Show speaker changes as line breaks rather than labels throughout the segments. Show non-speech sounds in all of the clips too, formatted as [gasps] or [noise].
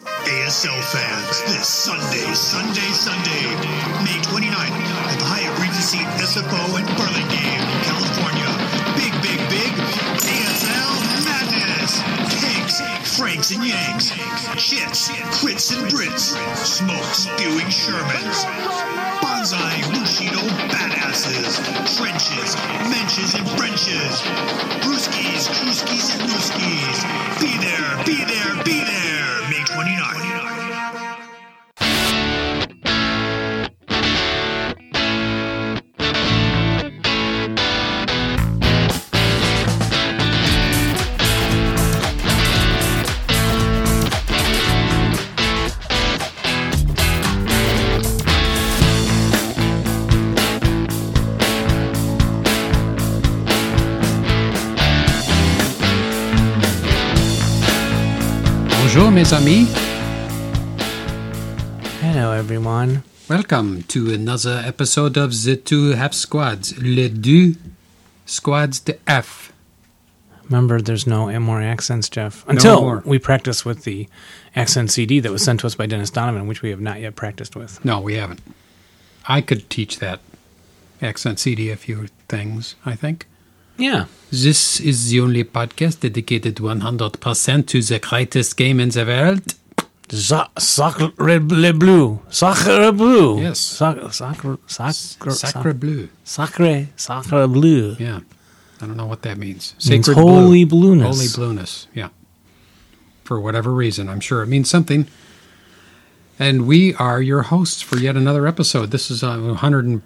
ASL fans this Sunday, Sunday, Sunday, May 29th at the Hyatt Regency SFO in Burlingame, California. Big, big, big ASL Madness. Pigs, Franks and Yanks, Chits, Crits and Brits, Smoke Spewing Shermans, Bonsai Bushido Badasses, Trenches, Menches and Frenches, Brewskis, Kruskis and Newskis. Be there, be there, be there, May 29th.
Bonjour, mes amis.
Hello, everyone.
Welcome to another episode of the two half squads, les deux squads de F.
Remember, there's no more accents, Jeff. Until
more.
we practice with the accent CD that was sent to us by Dennis Donovan, which we have not yet practiced with.
No, we haven't. I could teach that accent CD a few things, I think.
Yeah.
This is the only podcast dedicated 100% to the greatest game in the world.
Sacre bleu. Sacre bleu.
Yes.
Sacre, sacre, sacre,
Sacre bleu.
sacre, sacre bleu.
Yeah. I don't know what that means.
Means
Sacred
holy
blue.
blueness.
Holy blueness. Yeah. For whatever reason, I'm sure it means something. And we are your hosts for yet another episode. This is uh, 100 and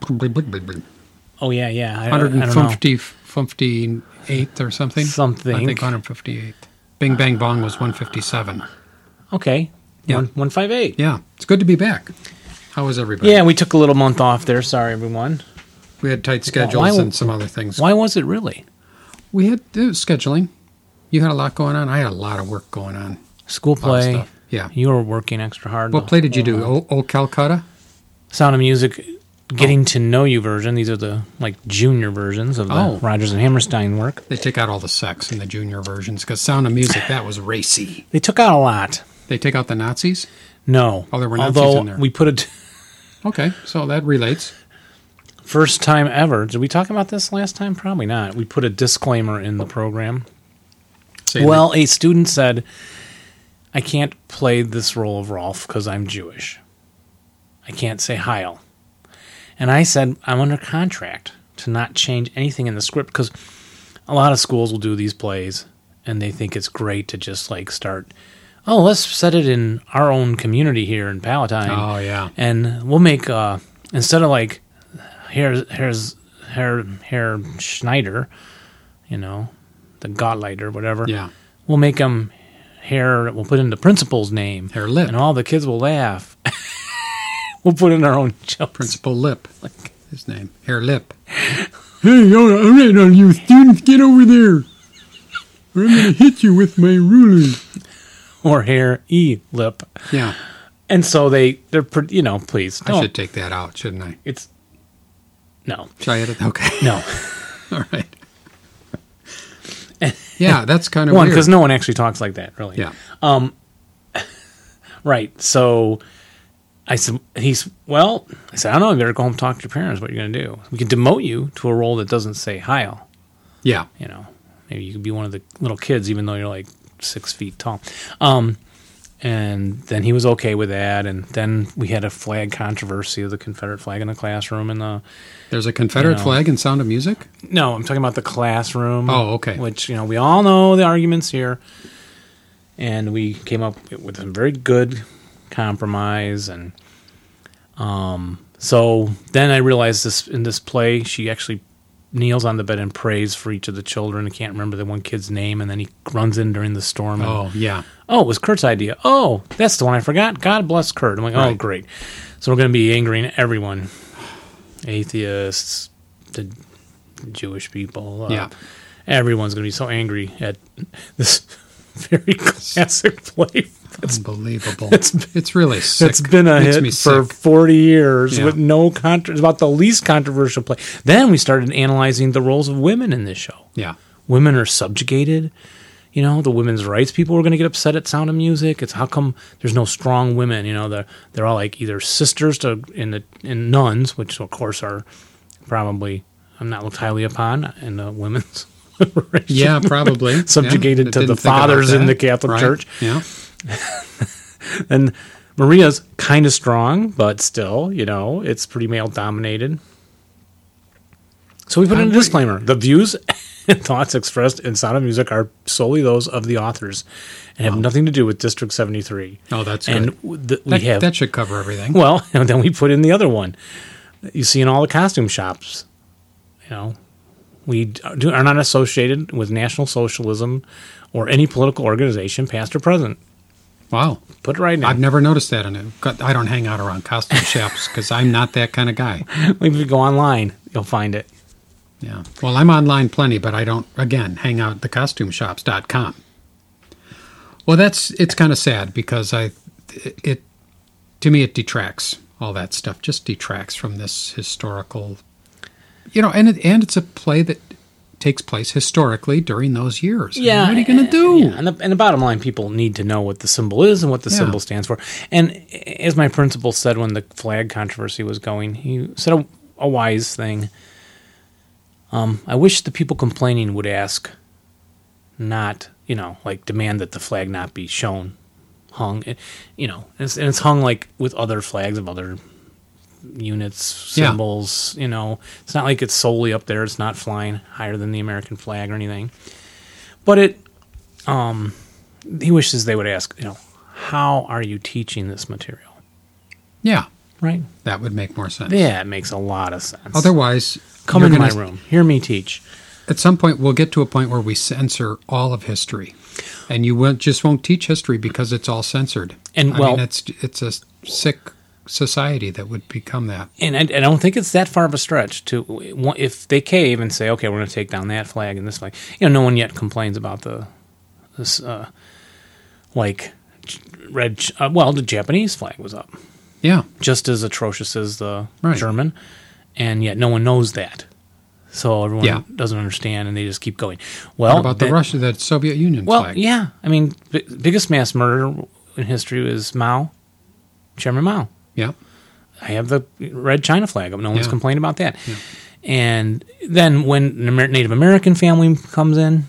Oh, yeah, yeah. I, I don't know.
158th or something.
Something.
I think 158th. Bing Bang Bong was 157.
Okay.
Yeah.
One, one five eight.
Yeah, it's good to be back. How was everybody?
Yeah, we took a little month off there. Sorry, everyone.
we had tight schedules
why-
and some other things.
Why was it really?
We had uh, scheduling. You had a lot going on. I had a lot of work going on. A
School
lot of
play.
stuff. Yeah.
You were working extra hard.
What
the
play did you
whole
do?
month.
Old, old Calcutta?
Sound of Music Getting to Know You version. These are the like junior versions of the
Oh.
Rogers and Hammerstein work.
They take out all the sex in the junior versions because Sound of Music, that was racy.
They took out a lot.
They take out the Nazis?
No.
Oh, there were Nazis
Although
in there.
we put it
Okay, so that relates.
[laughs] first time ever. Did we talk about this last time? Probably not. We put a disclaimer in the program.
Saying
well, a student said, "I can't play this role of Rolf because I'm Jewish. I can't say Heil." And I said, "I'm under contract to not change anything in the script because a lot of schools will do these plays and they think it's great to just like start." Oh, let's set it in our own community here in Palatine.
Oh, yeah.
and we'll make uh, instead of like here's here's Herr Herr Schneider, you know, the Gottleiter, whatever.
that- yeah.
We'll make him hair. We'll put in the principal's name.
Herr Lip.
And all the kids will laugh. [laughs] we'll put in our own jokes.
Principal Lip.
Like-
His name. Hair Lip. [laughs] hey, all right, all right, all you students, get over there. Or I'm going to hit you with my ruler.
or hair e lip.
Yeah,
And so they they're pre- you know please
I
don't.
should take that out, shouldn't I?
It's no
Should I edit? [laughs] Okay,
no
all right.
[laughs]
Yeah, that's kind of
one
weird.
because no one actually talks like that really.
yeah,
Right. So I said, he's, well, I said, I don't know. You better go home and talk to your parents what you're going to do. We can demote you to a role that doesn't say Heil.
yeah.
You know, maybe you could be one of the little kids, even though you're like six feet tall. Um, and then he was okay with that. And then we had a flag controversy of the Confederate flag in the classroom. And the,
There's a Confederate
know.
flag in Sound of Music.
no, I'm talking about the classroom.
Oh, okay.
Which, you know, we all know the arguments here. And we came up with a very good compromise. And um, so then I realized this in this play, she actually kneels on the bed and prays for each of the children. I can't remember the one kid's name. And then he runs in during the storm. and-
Oh, yeah.
oh, it was Kurt's idea. Oh, that's the one I forgot. God bless Kurt. I'm like, oh,
Right.
great. So we're going to be angering everyone atheists, the Jewish people. uh,
Yeah.
Everyone's going to be so angry at this [laughs] very classic play
It's unbelievable. It's,
it's-
really sick.
that's been a
Makes
hit
me
for
sick.
40 years
Yeah.
with no contro- It's about the least controversial play. Then we started analyzing the roles of women in this show
Yeah,
women are subjugated. you know, the women's rights people were going to get upset at Sound of Music. It's how come there's no strong women. You know, they're they're all like either sisters to in the in nuns, which of course are probably I'm not looked highly upon in the women's. [laughs]
Yeah, probably. Yeah.
Subjugated
I
to the
didn't think about
fathers in
that.
the Catholic
Right.
Church.
Yeah.
And Maria's kind of strong, but still, you know, it's pretty male dominated. So we put in a disclaimer. The views and thoughts expressed in Sound of Music are solely those of the authors and have nothing to do with District 73.
Oh, that's good.
and w- th- we
that,
have,
that should cover everything.
[laughs] well, [laughs] and then we put in the other one. You see in all the costume shops, you know, we d- do, are not associated with National Socialism or any political organization, past or present.
wow.
Put it right now.
I've never noticed that in it. God, I don't hang out around costume [laughs] shops because I'm not that kind of guy.
If you go online, you'll find it.
Yeah. Well, I'm online plenty, but I don't, again, hang out at thecostumeshops.com. Well, that's, it's kind of sad because I, it, to me, it detracts all that stuff, just detracts from this historical, you know, and, it, and it's a play that takes place historically during those years. And
Yeah,
What are you going to do?
Yeah, and, the, and the bottom line, people need to know what the symbol is and what the
Yeah.
symbol stands for. And as my principal said when the flag controversy was going, he said a, a wise thing. Um, I wish the people complaining would ask, not you know, like demand that the flag not be shown, hung, It- you know, and it's, and it's hung like with other flags of other units,
Yeah.
symbols. You know, it's not like it's solely up there. It's not flying higher than the American flag or anything. But it um, he wishes they would ask, you know, how are you teaching this material?
Yeah.
Right?
That would make more sense.
Yeah, it makes a lot of sense.
Otherwise,
Come
you're
in my
gonna-
room, hear me teach.
At some point, we'll get to a point where we censor all of history, and you won't, just won't teach history because it's all censored.
And,
I
well-
mean, it's it's a sick society that would become that.
And I, I don't think it's that far of a stretch to if they cave and say, okay, we're going to take down that flag and this flag. You know, no one yet complains about the this uh, like j- red. j- Uh, well, the Japanese flag was up,
Yeah,
just as atrocious as the
Right.
German, and yet no one knows that. So everyone
Yeah.
doesn't understand, and they just keep going. Well,
what about the
that-
Russia, the Soviet Union
Well,
flag.
yeah. I mean, b- biggest mass murder in history is Mao, Chairman Mao.
yeah,
I have the red China flag up. No one's
Yeah.
complained about that. And then when an Amer- Native American family comes in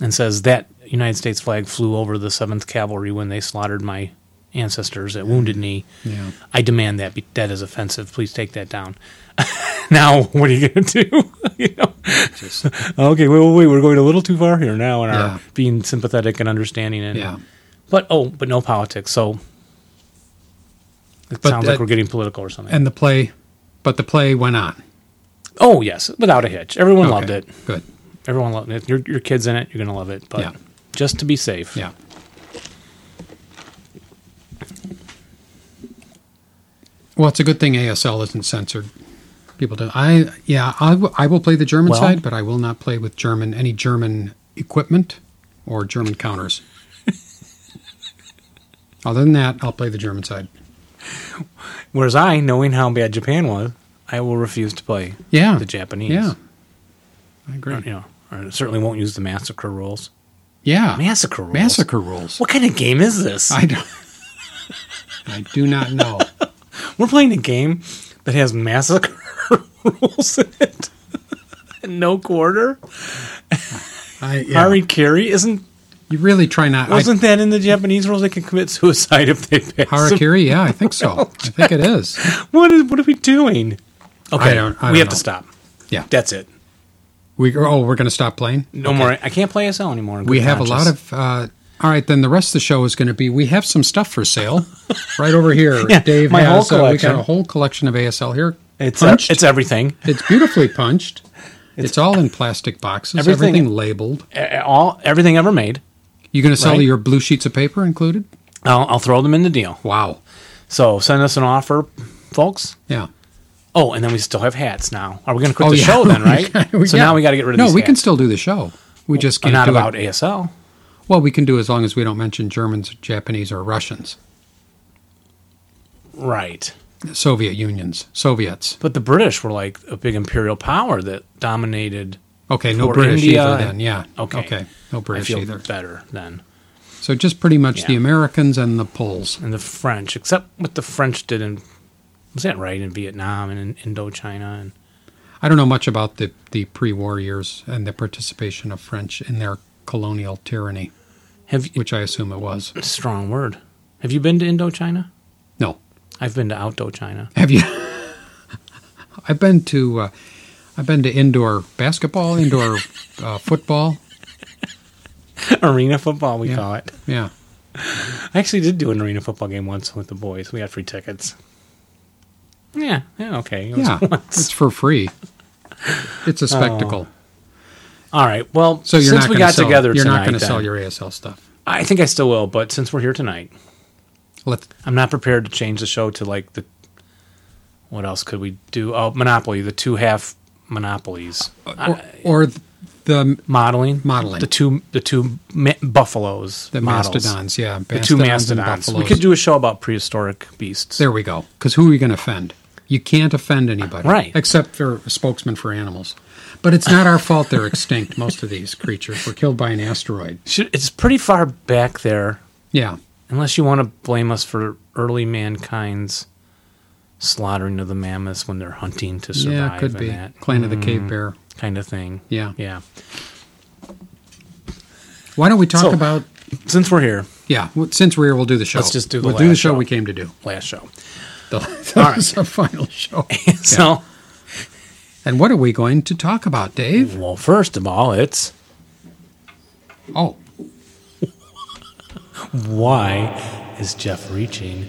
and says that United States flag flew over the Seventh Cavalry when they slaughtered my ancestors at
Mm.
Wounded Knee,
yeah.
I demand that be, that is offensive. Please take that down. [laughs] now, what are you going to do? [laughs] you know?
Just-
Okay, wait, wait, wait, we're going a little too far here now in our
Yeah.
being sympathetic and understanding and
yeah.
but oh, but no politics. So it
But
sounds
that-
like we're getting political or something.
And the play, but the play went on.
oh yes, without a hitch. Everyone loved
Okay,
it.
Good.
Everyone loved it. Your your kids in it, you're gonna love it. But
Yeah.
just to be safe.
Yeah. Well, it's a good thing ASL isn't censored. People do. I yeah. I, w- I will play the German
Well-
side, but I will not play with German any German equipment or German
[laughs]
counters. Other than that, I'll play the German side.
Whereas I, knowing how bad Japan was, I will refuse to play
Yeah.
the Japanese.
Yeah. I agree.
You know, or certainly won't use the massacre rules.
Yeah.
Massacre rules.
Massacre rules.
What kind of game is this?
I don't. I do not know.
We're playing a game that has massacre [laughs] rules in it. [laughs] no quarter.
I yeah.
Ari Carey isn't
you really try not. I-
Wasn't that in the Japanese rules? They can commit suicide if they pass.
Harakiri, yeah, I think so. I think it is.
What is? What are we doing? Okay,
I don't- I
we
don't
have
know.
to stop.
Yeah.
That's it.
We oh, we're going to stop playing.
No more. I can't play SL anymore. in
We
good
have a lot
conscience.
of. Uh, all right, then the rest of the show is going to be. We have some stuff for
[laughs]
sale, right over here.
Yeah,
Dave
my whole
has. uh, we
collection.
got a whole collection of ASL here.
It's uh,
punched.
it's everything.
It's beautifully
[laughs]
punched. It's, all in plastic boxes. Everything,
Everything-
labeled.
A- All everything ever made.
You're going to sell
Right.
your blue sheets of paper included.
I'll, I'll throw them in the deal.
Wow.
So send us an offer, folks.
Yeah.
Oh, and then we still have hats now. Are we going to quit
Oh,
the
yeah. [laughs]
show then? Right.
We-
so
yeah.
now we got to get rid of
No,
these
we can
hats.
still do the show. We just
But
can't
not
do
about
it.
ASL.
Well, we can do as long as we don't mention Germans, Japanese, or Russians,
Right.
Soviet unions, Soviets.
But the British were like a big imperial power that dominated
Okay, no
For
British
India
either
and-
then. Yeah.
okay.
No
I
British
feel
either.
better then.
So just pretty much the
Yeah.
Americans and the Poles.
And the French, except what the French did in was that right in Vietnam and in Indochina and
I don't know much about the, the pre war years and the participation of French in their colonial tyranny,
have you,
which I assume it was. [laughs]
strong word. Have you been to Indochina?
No.
I've been to Outdochina.
Have you? I've been to uh, I've been to indoor basketball, indoor uh, football.
[laughs] arena football, we
Yeah.
call it.
Yeah.
I actually did do an arena football game once with the boys. We had free tickets. Yeah, yeah, okay. It was
Yeah.
[laughs] once.
It's for free. It's a spectacle.
All right. Well,
So you're
since
not
we
gonna
got
sell,
together
you're
tonight,
not going to sell
then-
your ASL stuff.
I think I still will, but since we're here tonight,
Let
I'm not prepared to change the show to like the. What else could we do? Oh, Monopoly, the two half monopolies,
or, or the
modeling,
Uh, Modeling.
the two the two ma- buffaloes,
the
models.
mastodons, yeah,
the two
mastodons and
mastodons. We
buffaloes.
could do a show about prehistoric beasts.
There we go. Because who are you going to offend? You can't offend anybody,
Right.
Except for a spokesman for animals. But it's not our fault they're extinct. [laughs] Most of these creatures were killed by an asteroid.
Should, it's pretty far back there.
Yeah,
Unless you want to blame us for early mankind's slaughtering of the mammoths when they're hunting to survive
yeah, it could
and
be.
that
Clan of the Cave Bear.
kind of thing.
Yeah.
Yeah.
Why don't we talk
So-
about?
Since we're here,
Yeah, well, since we're here, we'll do the show.
Let's just do the
we'll do the
last
show,
show.
we came to do.
last show. [laughs]
The, [laughs]
All right.
the final show.
So,
And what are we going to talk about, Dave?
well, first of all, it's
Oh,
why is Jeff reaching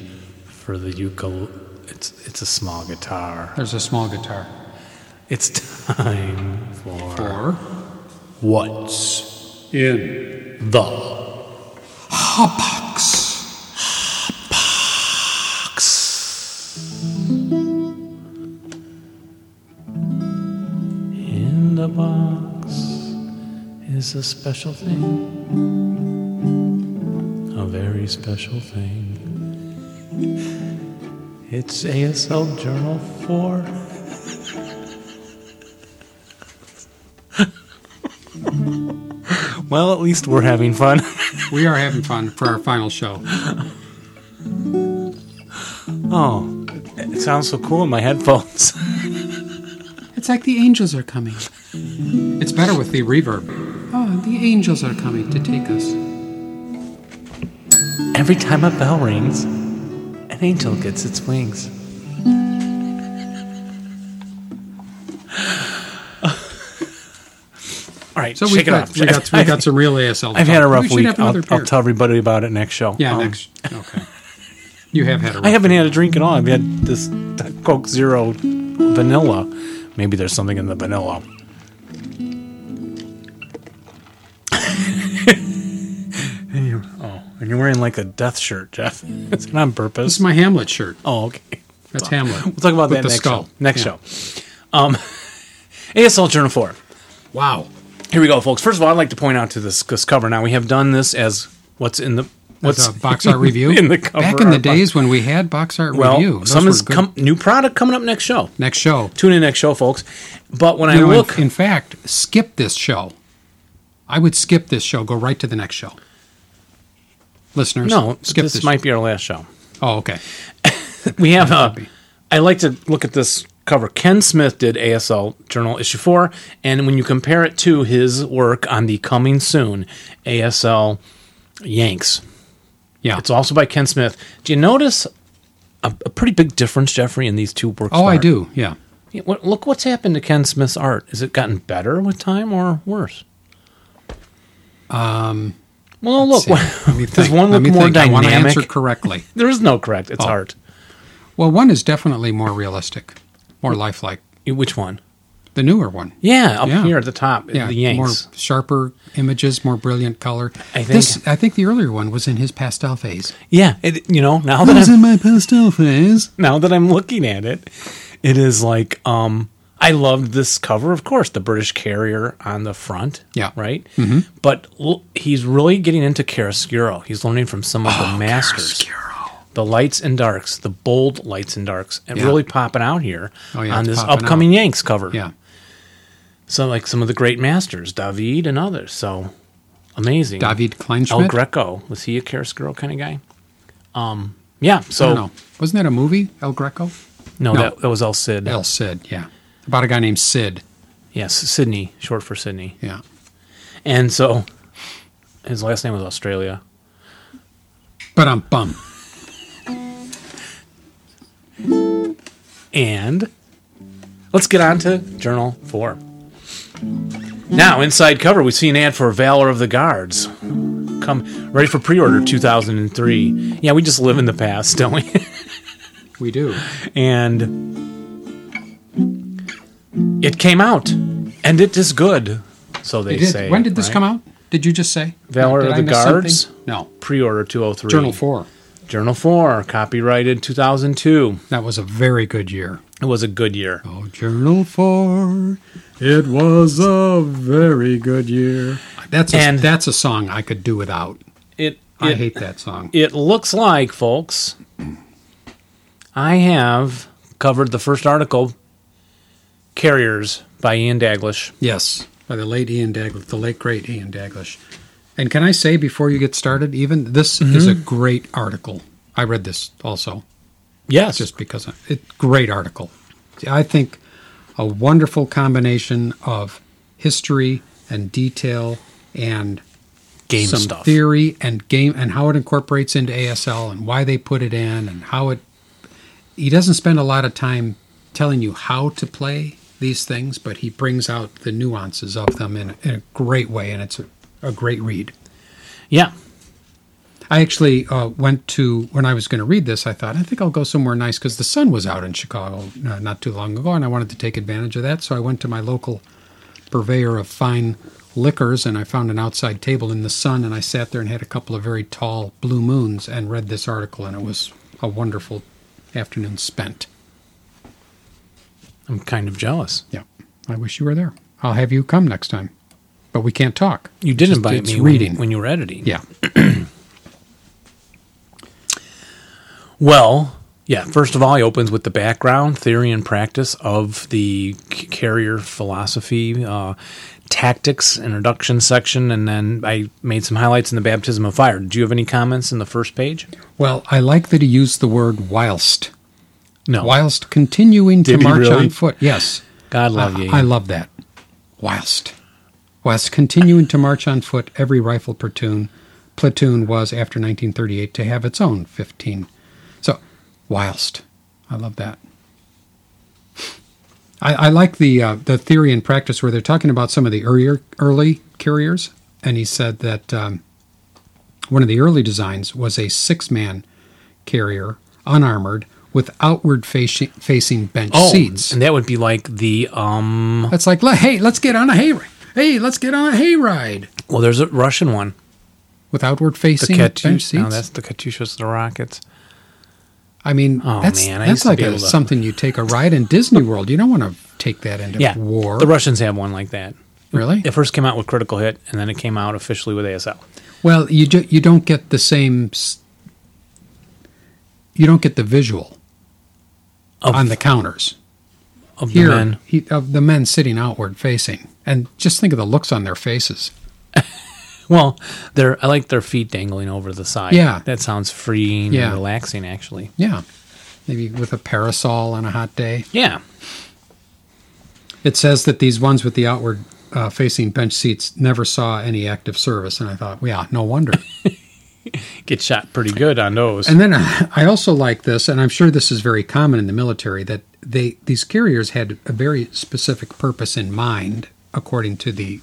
for the ukulele? It's, it's a small guitar.
there's a small guitar.
It's time for,
Or
what's
in
the
Hopbox.
In the box is a special thing, a very special thing. It's ASL Journal 4. well, at least we're having fun. [laughs]
We are having fun for our final show.
oh, it sounds so cool in my headphones. [laughs]
It's like the angels are coming. It's better with the reverb. Oh, the angels are coming to take us.
Every time a bell rings, an angel gets its
[laughs]
wings. All right,
So
shake
we've
it
got,
off. [laughs]
we got we got some real ASL.
I've
talk.
had a
we
rough
should
week.
Have
I'll,
another
I'll
beer.
tell everybody about it next show.
Yeah,
Um,
next.
[laughs]
Okay. You have had a rough
I haven't
week.
had a drink at all. I've had this Coke Zero vanilla. Maybe there's something in the vanilla. [laughs] and you're, oh, and you're wearing like a death shirt, Jeff. [laughs] Is it on
This
purpose?
is my Hamlet shirt.
Oh, okay.
That's Hamlet.
We'll talk about
With
that
the
next
skull.
show. Next
Yeah.
show. Um, [laughs] ASL Journal 4.
Wow.
Here we go, folks. First of all, I'd like to point out to this, this cover. Now, we have done this as what's in the what's
That's a box
[laughs]
art review
in the cover.
Back in the
art box.
days when we had box art
Well,
review, those
some
were
is
good.
com- new product coming up next show.
next show.
Tune in next show, folks. But when
You know,
I
in-
look,
in fact, skip this show. I would skip this show. Go right to the next show. Listeners,
no,
skip
this,
this.
might be our
[laughs]
last show.
oh, okay.
We have a. I like to look at this cover. Ken Smith did ASL Journal issue four, and when you compare it to his work on the coming soon ASL Yanks,
Yeah.
it's also by Ken Smith. Do you notice a, a pretty big difference, Jeffrey, in these two works?
Oh,
of
I
art?
do. Yeah.
Yeah, what, look what's happened to Ken Smith's art. Has it gotten better with time or worse? Um. Well, look. [laughs]
Let me
Does
think.
one
Let
look
me
more
think. I want to answer Oh.
dynamic?
correctly.
There is no correct. It's art.
Well, one is definitely more realistic, more lifelike.
You- Which one?
The newer one.
Yeah, up
Yeah.
here at the top,
Yeah,
the Yanks.
more sharper images, more brilliant color.
I think-
this, I think the earlier one was in his pastel phase.
Yeah, it, you know now
I
that
was
I'm,
in my pastel phase.
now that I'm looking at it, it is like um I loved this cover, of course, the British carrier on the front.
Yeah.
right. Mm-hmm. But l- he's really getting into chiaroscuro. He's learning from some of
Oh,
the masters. the lights and darks, the bold lights and darks, and
Yeah.
really popping out here
Oh, yeah,
on
it's
this
popping
upcoming Yanks cover.
Yeah,
So like some of the great masters, David and others. So amazing.
David
El
Kleinschmidt.
Greco was he a chiaroscuro kind of guy? Um, yeah.
I
So
don't know. Wasn't that a movie, El Greco? No.
no, That, that was El Cid.
El Cid, yeah. About a guy named Sid,
Yes, Sydney, short for Sydney.
yeah.
And so his last name was Australia.
But I'm bum.
And let's get on to Journal 4. Now, inside cover, we see an ad for Valor of the Guards. Come ready for pre order 2003. Yeah, we just live in the past, don't we? [laughs]
We do.
and it came out, and it is good. So they
It did-
say.
when did this
right?
come out? Did you just say?
Valor
Did
of
I
the
miss something?
Guards?
No.
Pre-order 203.
Journal 4.
Journal 4, copyrighted 2002.
That was a very good year.
It was a good year.
Oh, Journal 4. It was a very good year. That's a,
And-
that's a song I could do without.
It
I
it-
hate that song.
it looks like, folks, I have covered the first article, Carriers by Ian Daglish.
Yes, by the late Ian Daglish, the late great Ian Daglish. And can I say before you get started, even this is a great article. I read this also
Yes.
just because I- it great article. I think a wonderful combination of history and detail and
game
some
stuff.
theory and game and how it incorporates into ASL and why they put it in and how it. He doesn't spend a lot of time telling you how to play these things, but he brings out the nuances of them in, in a great way, and it's a, a great read.
Yeah.
I actually uh, went to when I was going to read this. I thought I think I'll go somewhere nice because the sun was out in Chicago uh, not too long ago, and I wanted to take advantage of that. So I went to my local purveyor of fine liquors, and I found an outside table in the sun, and I sat there and had a couple of very tall blue moons and read this article, and it was a wonderful afternoon spent.
I'm kind of jealous.
Yeah, I wish you were there. I'll have you come next time, but we can't talk.
You did
Just-
invite
it's
me
Reading.
When, when you were editing.
yeah,
Well, yeah. First of all, he opens with the background, theory, and practice of the c- carrier philosophy, uh, tactics, introduction section, and then I made some highlights in the baptism of fire. Do you have any comments in the first page?
Well, I like that he used the word whilst.
No.
whilst continuing to
Did he
march
really?
on foot. Yes,
God love you.
I love that. Whilst, whilst continuing to march on foot, every rifle platoon platoon was after 1938 to have its own 15. So, whilst, I love that. I, I like the uh, the theory and practice where they're talking about some of the earlier early carriers, and he said that um, one of the early designs was a six man carrier, unarmored, with outward facing facing bench
Oh,
seats.
and that would be like the um.
That's like, le- hey, let's get on a hay. Hey, let's get on a hayride
Well, there's a Russian one.
with outward
The
facing bench
Katyush.
seats.
No, that's the Katyushas, the rockets.
I mean,
Oh,
that's
man, I
that's
used to
like
be
a,
able to-
something you take a ride in Disney World. You don't want to take that into
Yeah,
war,
The Russians have one like that.
really.
It first came out with Critical Hit, and then it came out officially with ASL.
well, you ju- you don't get the same. s- You don't get the visual
Of,
on the counters
of the
here
men.
He, of the men sitting outward facing, and just think of the looks on their faces.
Well, they're I like their feet dangling over the side.
Yeah.
that sounds freeing
Yeah.
and relaxing, actually.
Yeah, maybe with a parasol on a hot day.
Yeah,
It says that these ones with the outward uh, facing bench seats never saw any active service, and I thought, yeah, no wonder.
get shot pretty good on those.
and then I I also like this, and I'm sure this is very common in the military that they these carriers had a very specific purpose in mind, according to the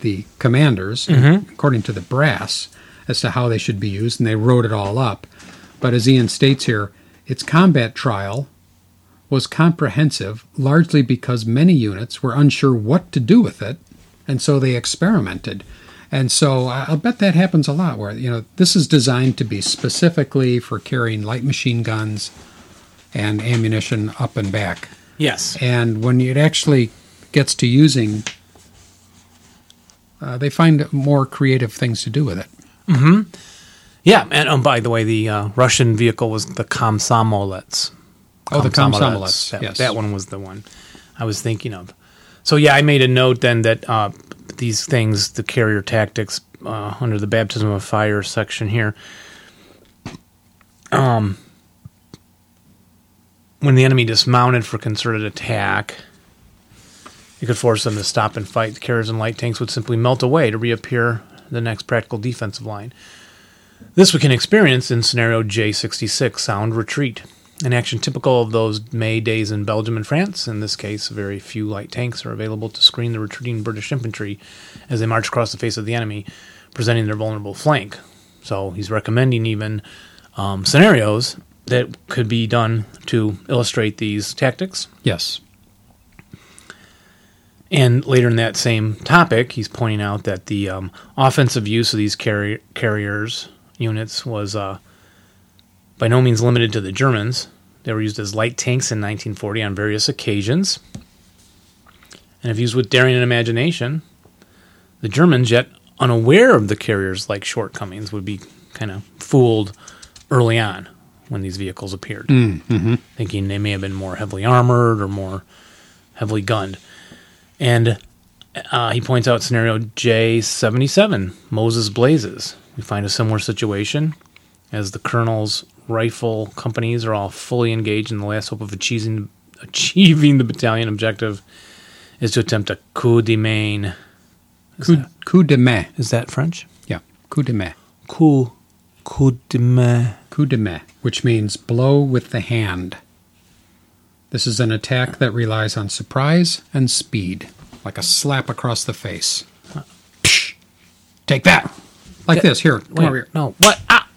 the commanders, according to the brass, as to how they should be used, and they wrote it all up. But as Ian states here, its combat trial was comprehensive largely because many units were unsure what to do with it, and so they experimented. And so I- I'll bet that happens a lot where, you know, this is designed to be specifically for carrying light machine guns and ammunition up and back.
yes,
And when it actually gets to using, uh, they find more creative things to do with it.
yeah. And um, by the way, the uh, Russian vehicle was the Komsomolets.
Oh, the
Komsomolets.
Komsomolets.
That,
yes.
that one was the one I was thinking of. So yeah, I made a note then that uh, these things, the carrier tactics uh, under the baptism of fire section here. Um, when the enemy dismounted for concerted attack, it could force them to stop and fight. The carriers and light tanks would simply melt away to reappear the next practical defensive line. This we can experience in scenario J66, sound retreat, an action typical of those May days in Belgium and France. In this case, very few light tanks are available to screen the retreating British infantry as they march across the face of the enemy, presenting their vulnerable flank. So he's recommending even um, scenarios that could be done to illustrate these tactics.
Yes.
And later in that same topic, he's pointing out that the um, offensive use of these carri- carriers units was uh, by no means limited to the Germans. They were used as light tanks in 1940 on various occasions. And if used with daring and imagination, the Germans, yet unaware of the carriers' like shortcomings, would be kind of fooled early on when these vehicles appeared, thinking they may have been more heavily armored or more heavily gunned. And uh, he points out scenario J77, Moses Blazes. We find a similar situation as the colonel's rifle companies are all fully engaged in the last hope of achieving, achieving the battalion objective is to attempt a coup de main.
Coup, coup de main.
Is that French?
Yeah. Coup de main.
Coup, coup de main.
Coup de main, which means blow with the hand. This is an attack that relies on surprise and speed, like a slap across the face. Psh! Take that! Like this. Here, come
Wait,
over here.
no, what? Ah,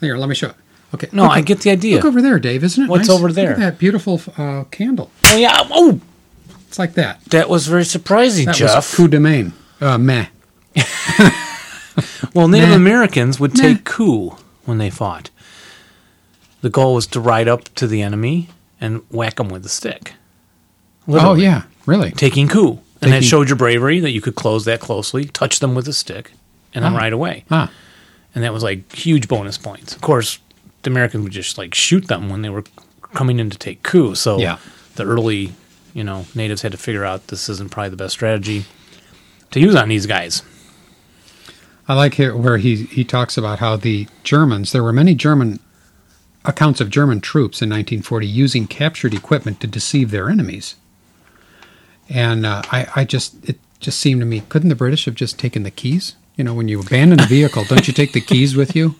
Here, let me show it. Okay.
no,
look
I
o-
get the idea.
Look over there, Dave. Isn't it
What's
nice?
over there?
Look at that beautiful uh, candle.
Oh, yeah. Oh,
It's like that.
that was very surprising,
That was
Jeff.
coup de main. Uh, meh.
Well, Native
Meh.
Americans would
Meh.
take coup when they fought. The goal was to ride up to the enemy and whack him with a stick.
Oh,
Literally.
yeah. Really?
Taking coup. And that
Taking-
showed your bravery that you could close that closely, touch them with a stick, and then ride away.
Ah,
And that was like huge bonus points. Of course, the Americans would just like shoot them when they were coming in to take coup. So
Yeah.
the early, you know, natives had to figure out this isn't probably the best strategy to use on these guys.
I like here where he, he talks about how the Germans, there were many German accounts of German troops in 1940 using captured equipment to deceive their enemies. And uh, I, I just, it just seemed to me, couldn't the British have just taken the keys? You know, when you abandon a vehicle, don't you take the keys with you?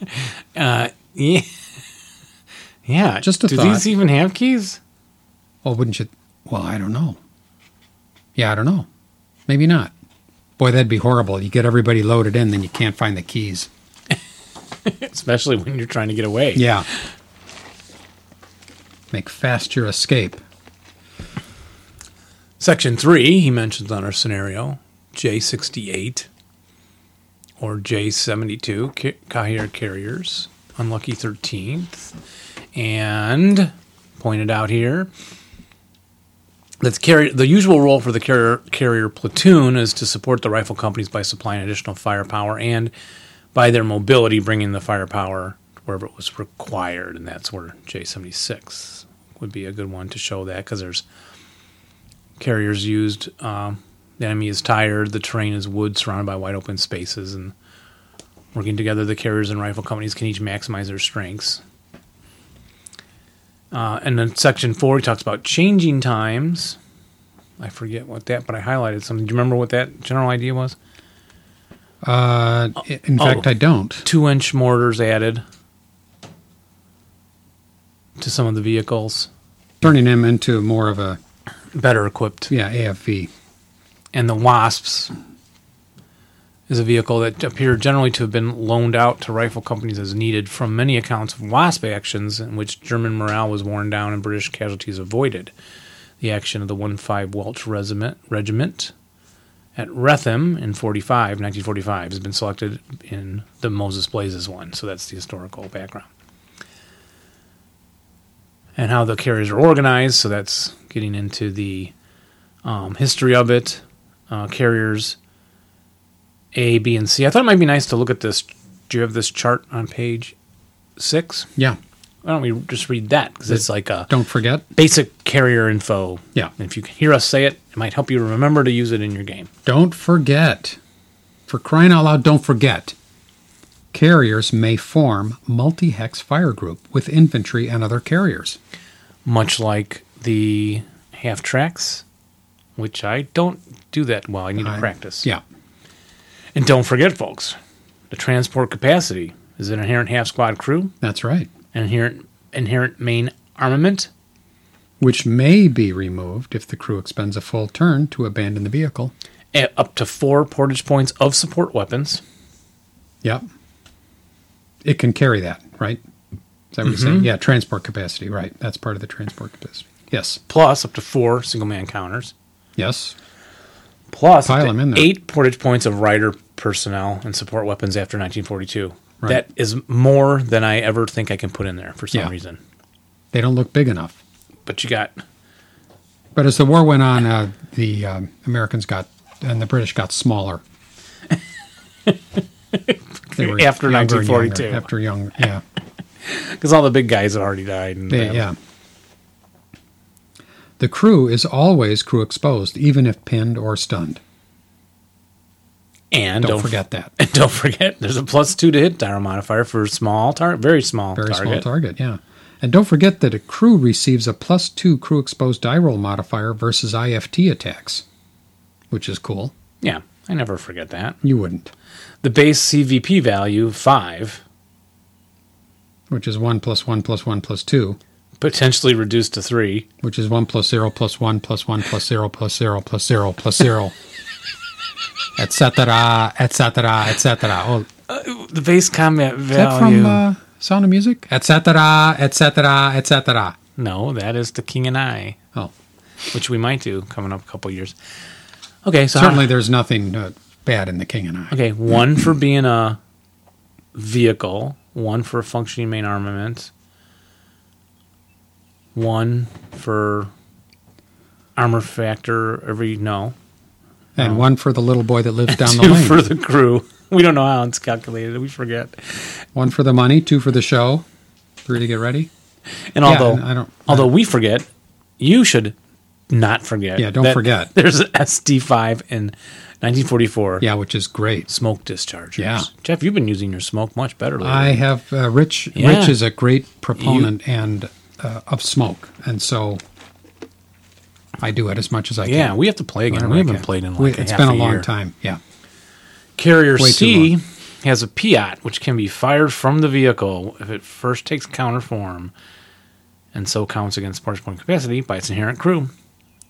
Yeah. yeah.
Just a
Do
thought.
these even have keys?
Well, wouldn't you? Well, I don't know. Yeah, I don't know. Maybe not. Boy, that'd be horrible. You get everybody loaded in, then you can't find the keys.
Especially when you're trying to get away.
Yeah. Make fast your escape.
Section three, he mentions on our scenario, J68 or J72, ca- Cahir carriers, unlucky 13th. And pointed out here, that's carry, the usual role for the carrier, carrier platoon is to support the rifle companies by supplying additional firepower and by their mobility, bringing the firepower wherever it was required. And that's where J76 would be a good one to show that because there's carriers used. Um, the enemy is tired. The terrain is wood surrounded by wide open spaces. And working together, the carriers and rifle companies can each maximize their strengths. Uh, and then section four, he talks about changing times. I forget what that, but I highlighted something. Do you remember what that general idea was?
Uh, i- in
oh.
fact, I don't.
Two inch mortars added to some of the vehicles,
Turning him into more of a
better equipped.
yeah AFV.
and the Wasps is a vehicle that appeared generally to have been loaned out to rifle companies as needed from many accounts of Wasp actions in which German morale was worn down and British casualties avoided. The action of the 1-5 Welch Regiment, regiment at Retham in 45, 1945 has been selected in the Moses Blazes one, so that's the historical background. And how the carriers are organized, so that's getting into the um, history of it, uh, carriers A, B, and C. I thought it might be nice to look at this. Do you have this chart on page six?
Yeah.
Why don't we just read that? Because it's like a
Don't forget.
basic carrier info.
Yeah.
And if you can hear us say it, it might help you remember to use it in your game.
Don't forget, for crying out loud, don't forget. Carriers may form multi hex fire group with infantry and other carriers.
Much like the half tracks, which I don't do that well. I need to
I-
practice.
Yeah.
And don't forget, folks, the transport capacity is an inherent half squad crew,
That's right.
an inherent inherent main armament.
Which may be removed if the crew expends a full turn to abandon the vehicle.
at eh, up to four portage points of support weapons.
Yep. It can carry that, right? Is that what you're saying? Yeah, transport capacity, right. That's part of the transport capacity. Yes.
plus up to four single man counters,
Yes.
plus
Pile
up to
'em in there.
eight portage points of rider personnel and support weapons after 1942.
Right.
That is more than I ever think I can put in there for some
Yeah.
reason.
They don't look big enough.
But you got
But as the war went on, uh, the um, Americans got and the British got
[laughs]
smaller. They were
After
younger and
1942.
younger, after young, yeah,
because all the big guys have already died. And
They-
uh,
yeah. The crew is always crew exposed, even if pinned or stunned.
and
Don't,
don't, forget.
forget that.
And [laughs] don't forget, there's a plus two to hit dire modifier for a small target, very small
Very
target.
small target, yeah. And don't forget that a crew receives a plus two crew exposed die roll modifier versus IFT attacks, which is cool.
yeah, I never forget that.
You wouldn't,
The base CVP value five,
which is one plus one plus one plus two.
potentially reduced to three.
which is 1 plus 0 plus 1 plus 1 plus 0 plus 0 plus 0 plus 0 etc etc etc oh
Uh, The base combat value.
is that from uh, sound of music etc etc etc
No, that is the King and I,
oh
which we might do coming up a couple years. Okay, so
certainly there's nothing uh, bad in the king and i
okay, one for being a vehicle, one for a functioning main armament, one for armor factor every no,
and one for the little boy that
[laughs]
lives down the
Oh. two
lane
for the crew. We don't know how it's calculated. We forget.
one for the money two for the show three to get ready
And
Yeah,
although
and I don't-
although we forget, you should not forget.
Yeah, don't
that
forget.
There's an SD five in 1944.
yeah which is great
smoke dischargers.
Yeah.
Jeff, you've been using your smoke much better lately.
i have uh, rich
Yeah.
rich is a great proponent and uh, of smoke and so i do it as much as i can
yeah, we have to play again.
Whenever
We
I
haven't
can.
played in like
We-
a
It's
half
been
a
a long
year.
time. Yeah,
Carrier
Way too
C has a Piat, which can be fired from the vehicle if it first takes counter form, and so counts against parts point capacity by its inherent crew.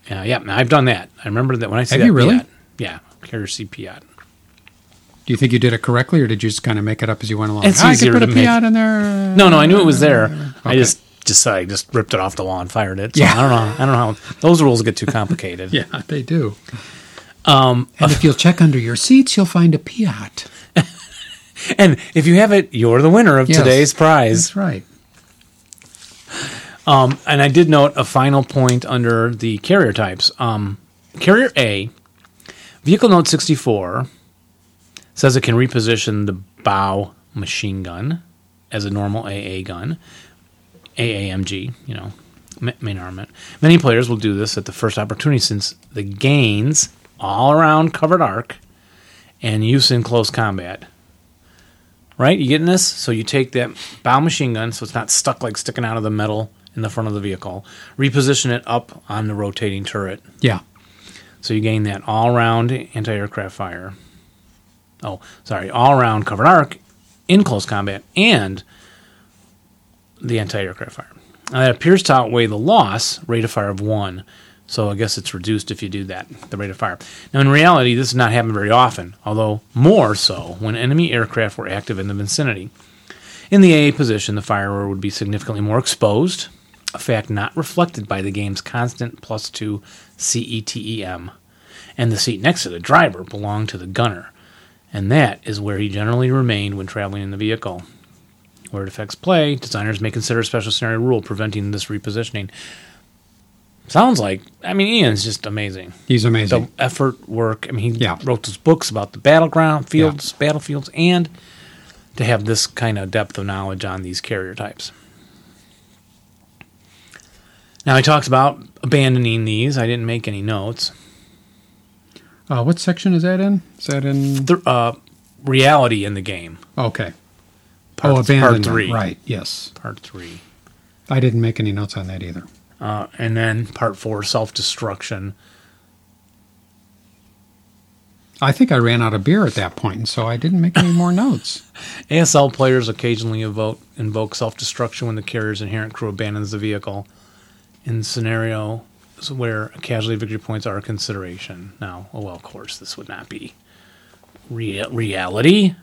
Yeah, yeah, I've done that. I remember that when I see
Have
that
you really?
Piat. Yeah, Carrier C Piat.
do you think you did it correctly, or did you just kind of make it up as you went along? "Ah,
It's
I
easier
could put
to
a
make-
Piat in there.
No, no, I knew it was there. I
Okay.
just decided, just ripped it off the wall and fired it. So
Yeah.
I don't know. I don't know how those rules get too
[laughs]
complicated.
[laughs] Yeah, they do. Um, and if you'll check under your seats, you'll find a Piat.
And if you have it, you're the winner of
Yes.
today's prize.
That's right.
and I did note a final point under the carrier types. Um, carrier A, vehicle note 64, says it can reposition the bow machine gun as a normal AA gun, AAMG, you know, ma- main armament. Many players will do this at the first opportunity since the gains all around covered arc and use in close combat. Right? You getting this? So you take that bow machine gun so it's not stuck like sticking out of the metal in the front of the vehicle, reposition it up on the rotating turret.
Yeah,
So you gain that all round anti aircraft fire. Oh, sorry, all round covered arc in close combat and the anti aircraft fire. Now that appears to outweigh the loss rate of fire of one. So I guess it's reduced if you do that, the rate of fire. Now in reality, this does not happen very often, although more so when enemy aircraft were active in the vicinity. In the AA position, the firearm would be significantly more exposed, a fact not reflected by the game's constant plus two E CETEM. And the seat next to the driver belonged to the gunner, and that is where he generally remained when traveling in the vehicle. Where it affects play, designers may consider a special scenario rule preventing this repositioning. Sounds like, I mean, Ian's just amazing
he's amazing.
the effort work. I mean, he
Yeah.
wrote those books about the battleground fields, battlefields, and to have this kind of depth of knowledge on these carrier types. Now he talks about abandoning these. I didn't make any notes.
Uh, what section is that in? Is that in?
Th- uh, reality in the game.
Okay.
Part,
oh,
part
abandonment.
three.
Right. Yes.
Part three.
I didn't make any notes on that either.
Uh, and then part four, self destruction.
I think I ran out of beer at that point, and so I didn't make any more
[laughs]
notes.
ASL players occasionally evoke, invoke self destruction when the carrier's inherent crew abandons the vehicle in scenarios where casualty victory points are a consideration. Now, oh well, of course, this would not be rea- reality.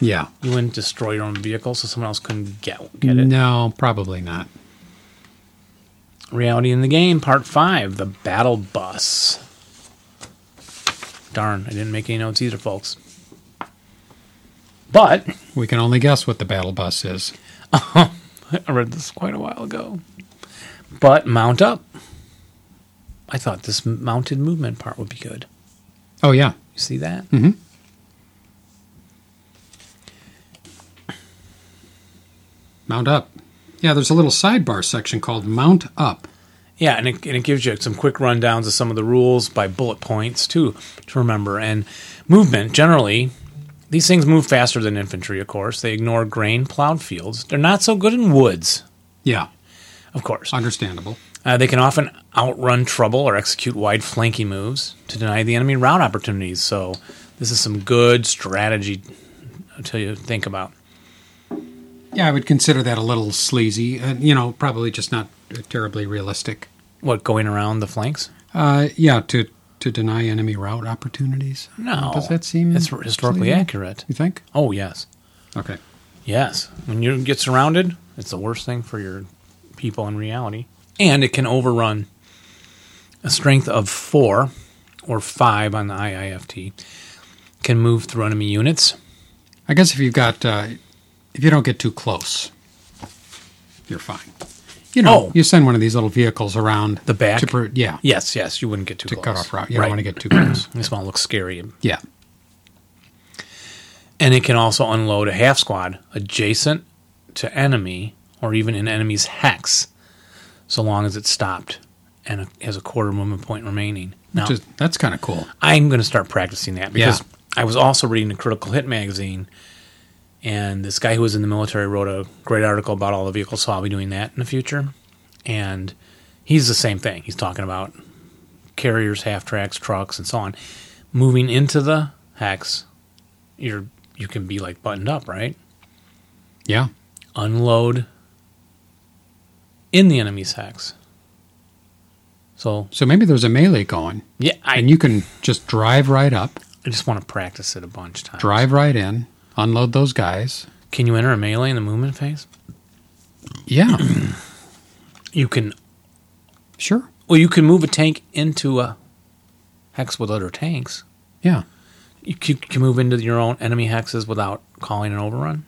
Yeah.
You wouldn't destroy your own vehicle so someone else couldn't get, get it.
No, probably not.
Reality in the game, part five, the battle bus. Darn, I didn't make any notes either, folks. But
We can only guess what the battle bus is.
I read this quite a while ago. But mount up. I thought this mounted movement part would be good.
Oh yeah.
You see that?
Mhm. Mount up. Yeah, there's a little sidebar section called Mount Up.
Yeah, and it, and it gives you some quick rundowns of some of the rules by bullet points too to remember. And movement generally, these things move faster than infantry. Of course, they ignore grain plowed fields. They're not so good in woods,
Yeah,
of course.
understandable.
Uh, they can often outrun trouble or execute wide flanking moves to deny the enemy route opportunities. So this is some good strategy until you think about.
Yeah, I would consider that a little sleazy, and you know, probably just not terribly realistic.
What going around the flanks?
Uh, yeah, to to deny enemy route opportunities.
No,
does that seem
it's historically
sleazy?
accurate?
You think?
Oh yes,
Okay.
yes. When you get surrounded, it's the worst thing for your people in reality, and it can overrun a strength of four or five on the IIFT. Can move through enemy units.
I guess if you've got, uh, if you don't get too close, you're fine. You know,
Oh.
you send one of these little vehicles around
The back?
to pro- yeah,
Yes, yes. You wouldn't get too
to
close.
cut off route. You
Right.
don't want to get too
[clears throat]
close.
This one looks scary.
yeah,
And it can also unload a half squad adjacent to enemy or even in enemy's hex, so long as it's stopped and it has a quarter movement point remaining. Now,
which is that's kind of cool.
I'm going to start practicing that because
Yeah.
I was also reading the Critical Hit magazine, and this guy who was in the military wrote a great article about all the vehicles, so I'll be doing that in the future. And he's the same thing. He's talking about carriers, half tracks, trucks, and so on. Moving into the hex, you're you can be like buttoned up, right?
Yeah,
Unload in the enemy's hex. So
so maybe there's a melee going,
yeah, I,
and you can just drive right up,
I just want to practice it a bunch of times.
drive right in, unload those guys.
Can you enter a melee in the movement phase?
Yeah,
[clears throat] You can.
sure.
Well, you can move a tank into a hex with other tanks.
Yeah,
You c- can move into your own enemy hexes without calling an overrun.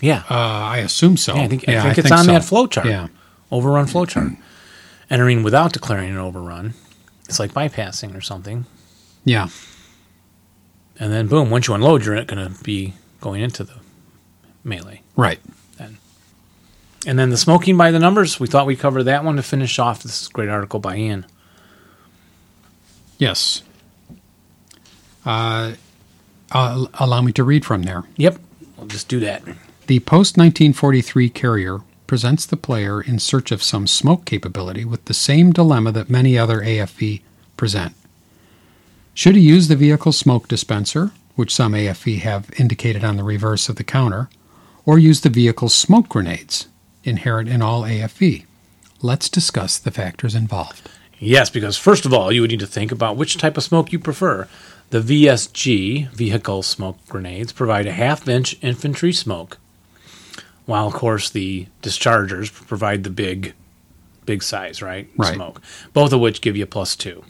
Yeah,
uh, I assume so.
Yeah, I think, I think it's on that flowchart.
Yeah,
Overrun flowchart. [clears throat] Entering without declaring an overrun. It's like bypassing or something.
yeah,
And then, boom, once you unload, you're not going to be going into the melee.
right.
And then the smoking by the numbers, we thought we'd cover that one to finish off this great article by Ian.
Yes. Uh, uh, allow me to read from there.
Yep, we'll just do that.
The post 1943 carrier presents the player in search of some smoke capability with the same dilemma that many other AFV present. Should he use the vehicle's smoke dispenser, which some AFV have indicated on the reverse of the counter, or use the vehicle's smoke grenades, inherent in all AFV? Let's discuss the factors involved.
Yes, because first of all, you would need to think about which type of smoke you prefer. The VSG, vehicle smoke grenades, provide a half inch infantry smoke, while, of course, the dischargers provide the big, big size, right?
Right.
Smoke. Both of which give you a plus two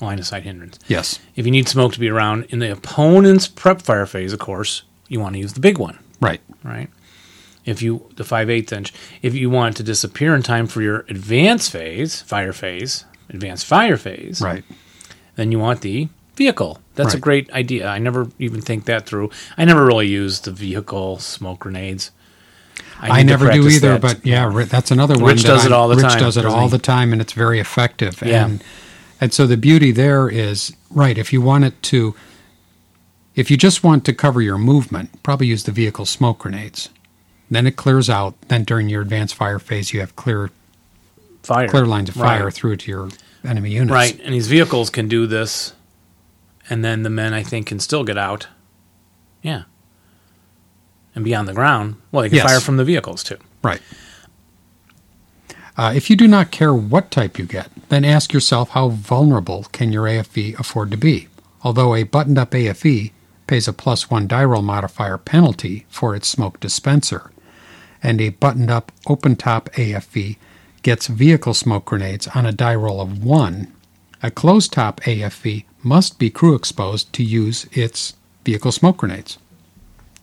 line of sight hindrance.
Yes.
If you need smoke to be around in the opponent's prep fire phase, of course, you want to use the big one
Right.
right? If you the five eighths inch, if you want it to disappear in time for your advanced phase, fire phase, advanced fire phase,
Right.
then you want the vehicle. That's a
Right.
great idea. I never even think that through. I never really used the vehicle smoke grenades.
I,
need to
never do
practice
either,
that.
but yeah, Ri- that's another one.
Rich
that
does it
I'm-
all the
Rich
time,
does it
doesn't
all
he?
the time, and it's very effective.
Yeah.
And, and so the beauty there is right. If you want it to, if you just want to cover your movement, probably use the vehicle smoke grenades. Then it clears out. Then during your advanced fire phase, you have clear
fire
clear lines of
Right.
fire through to your enemy units.
Right, and these vehicles can do this, and then the men I think can still get out. Yeah, and be on the ground. Well, they can
Yes.
fire from the vehicles too.
Right. Uh, if you do not care what type you get, then ask yourself how vulnerable can your AFE afford to be? Although a buttoned up AFE pays a plus one die roll modifier penalty for its smoke dispenser, and a buttoned up open top AFE E gets vehicle smoke grenades on a die roll of one, a closed top AFE must be crew exposed to use its vehicle smoke grenades.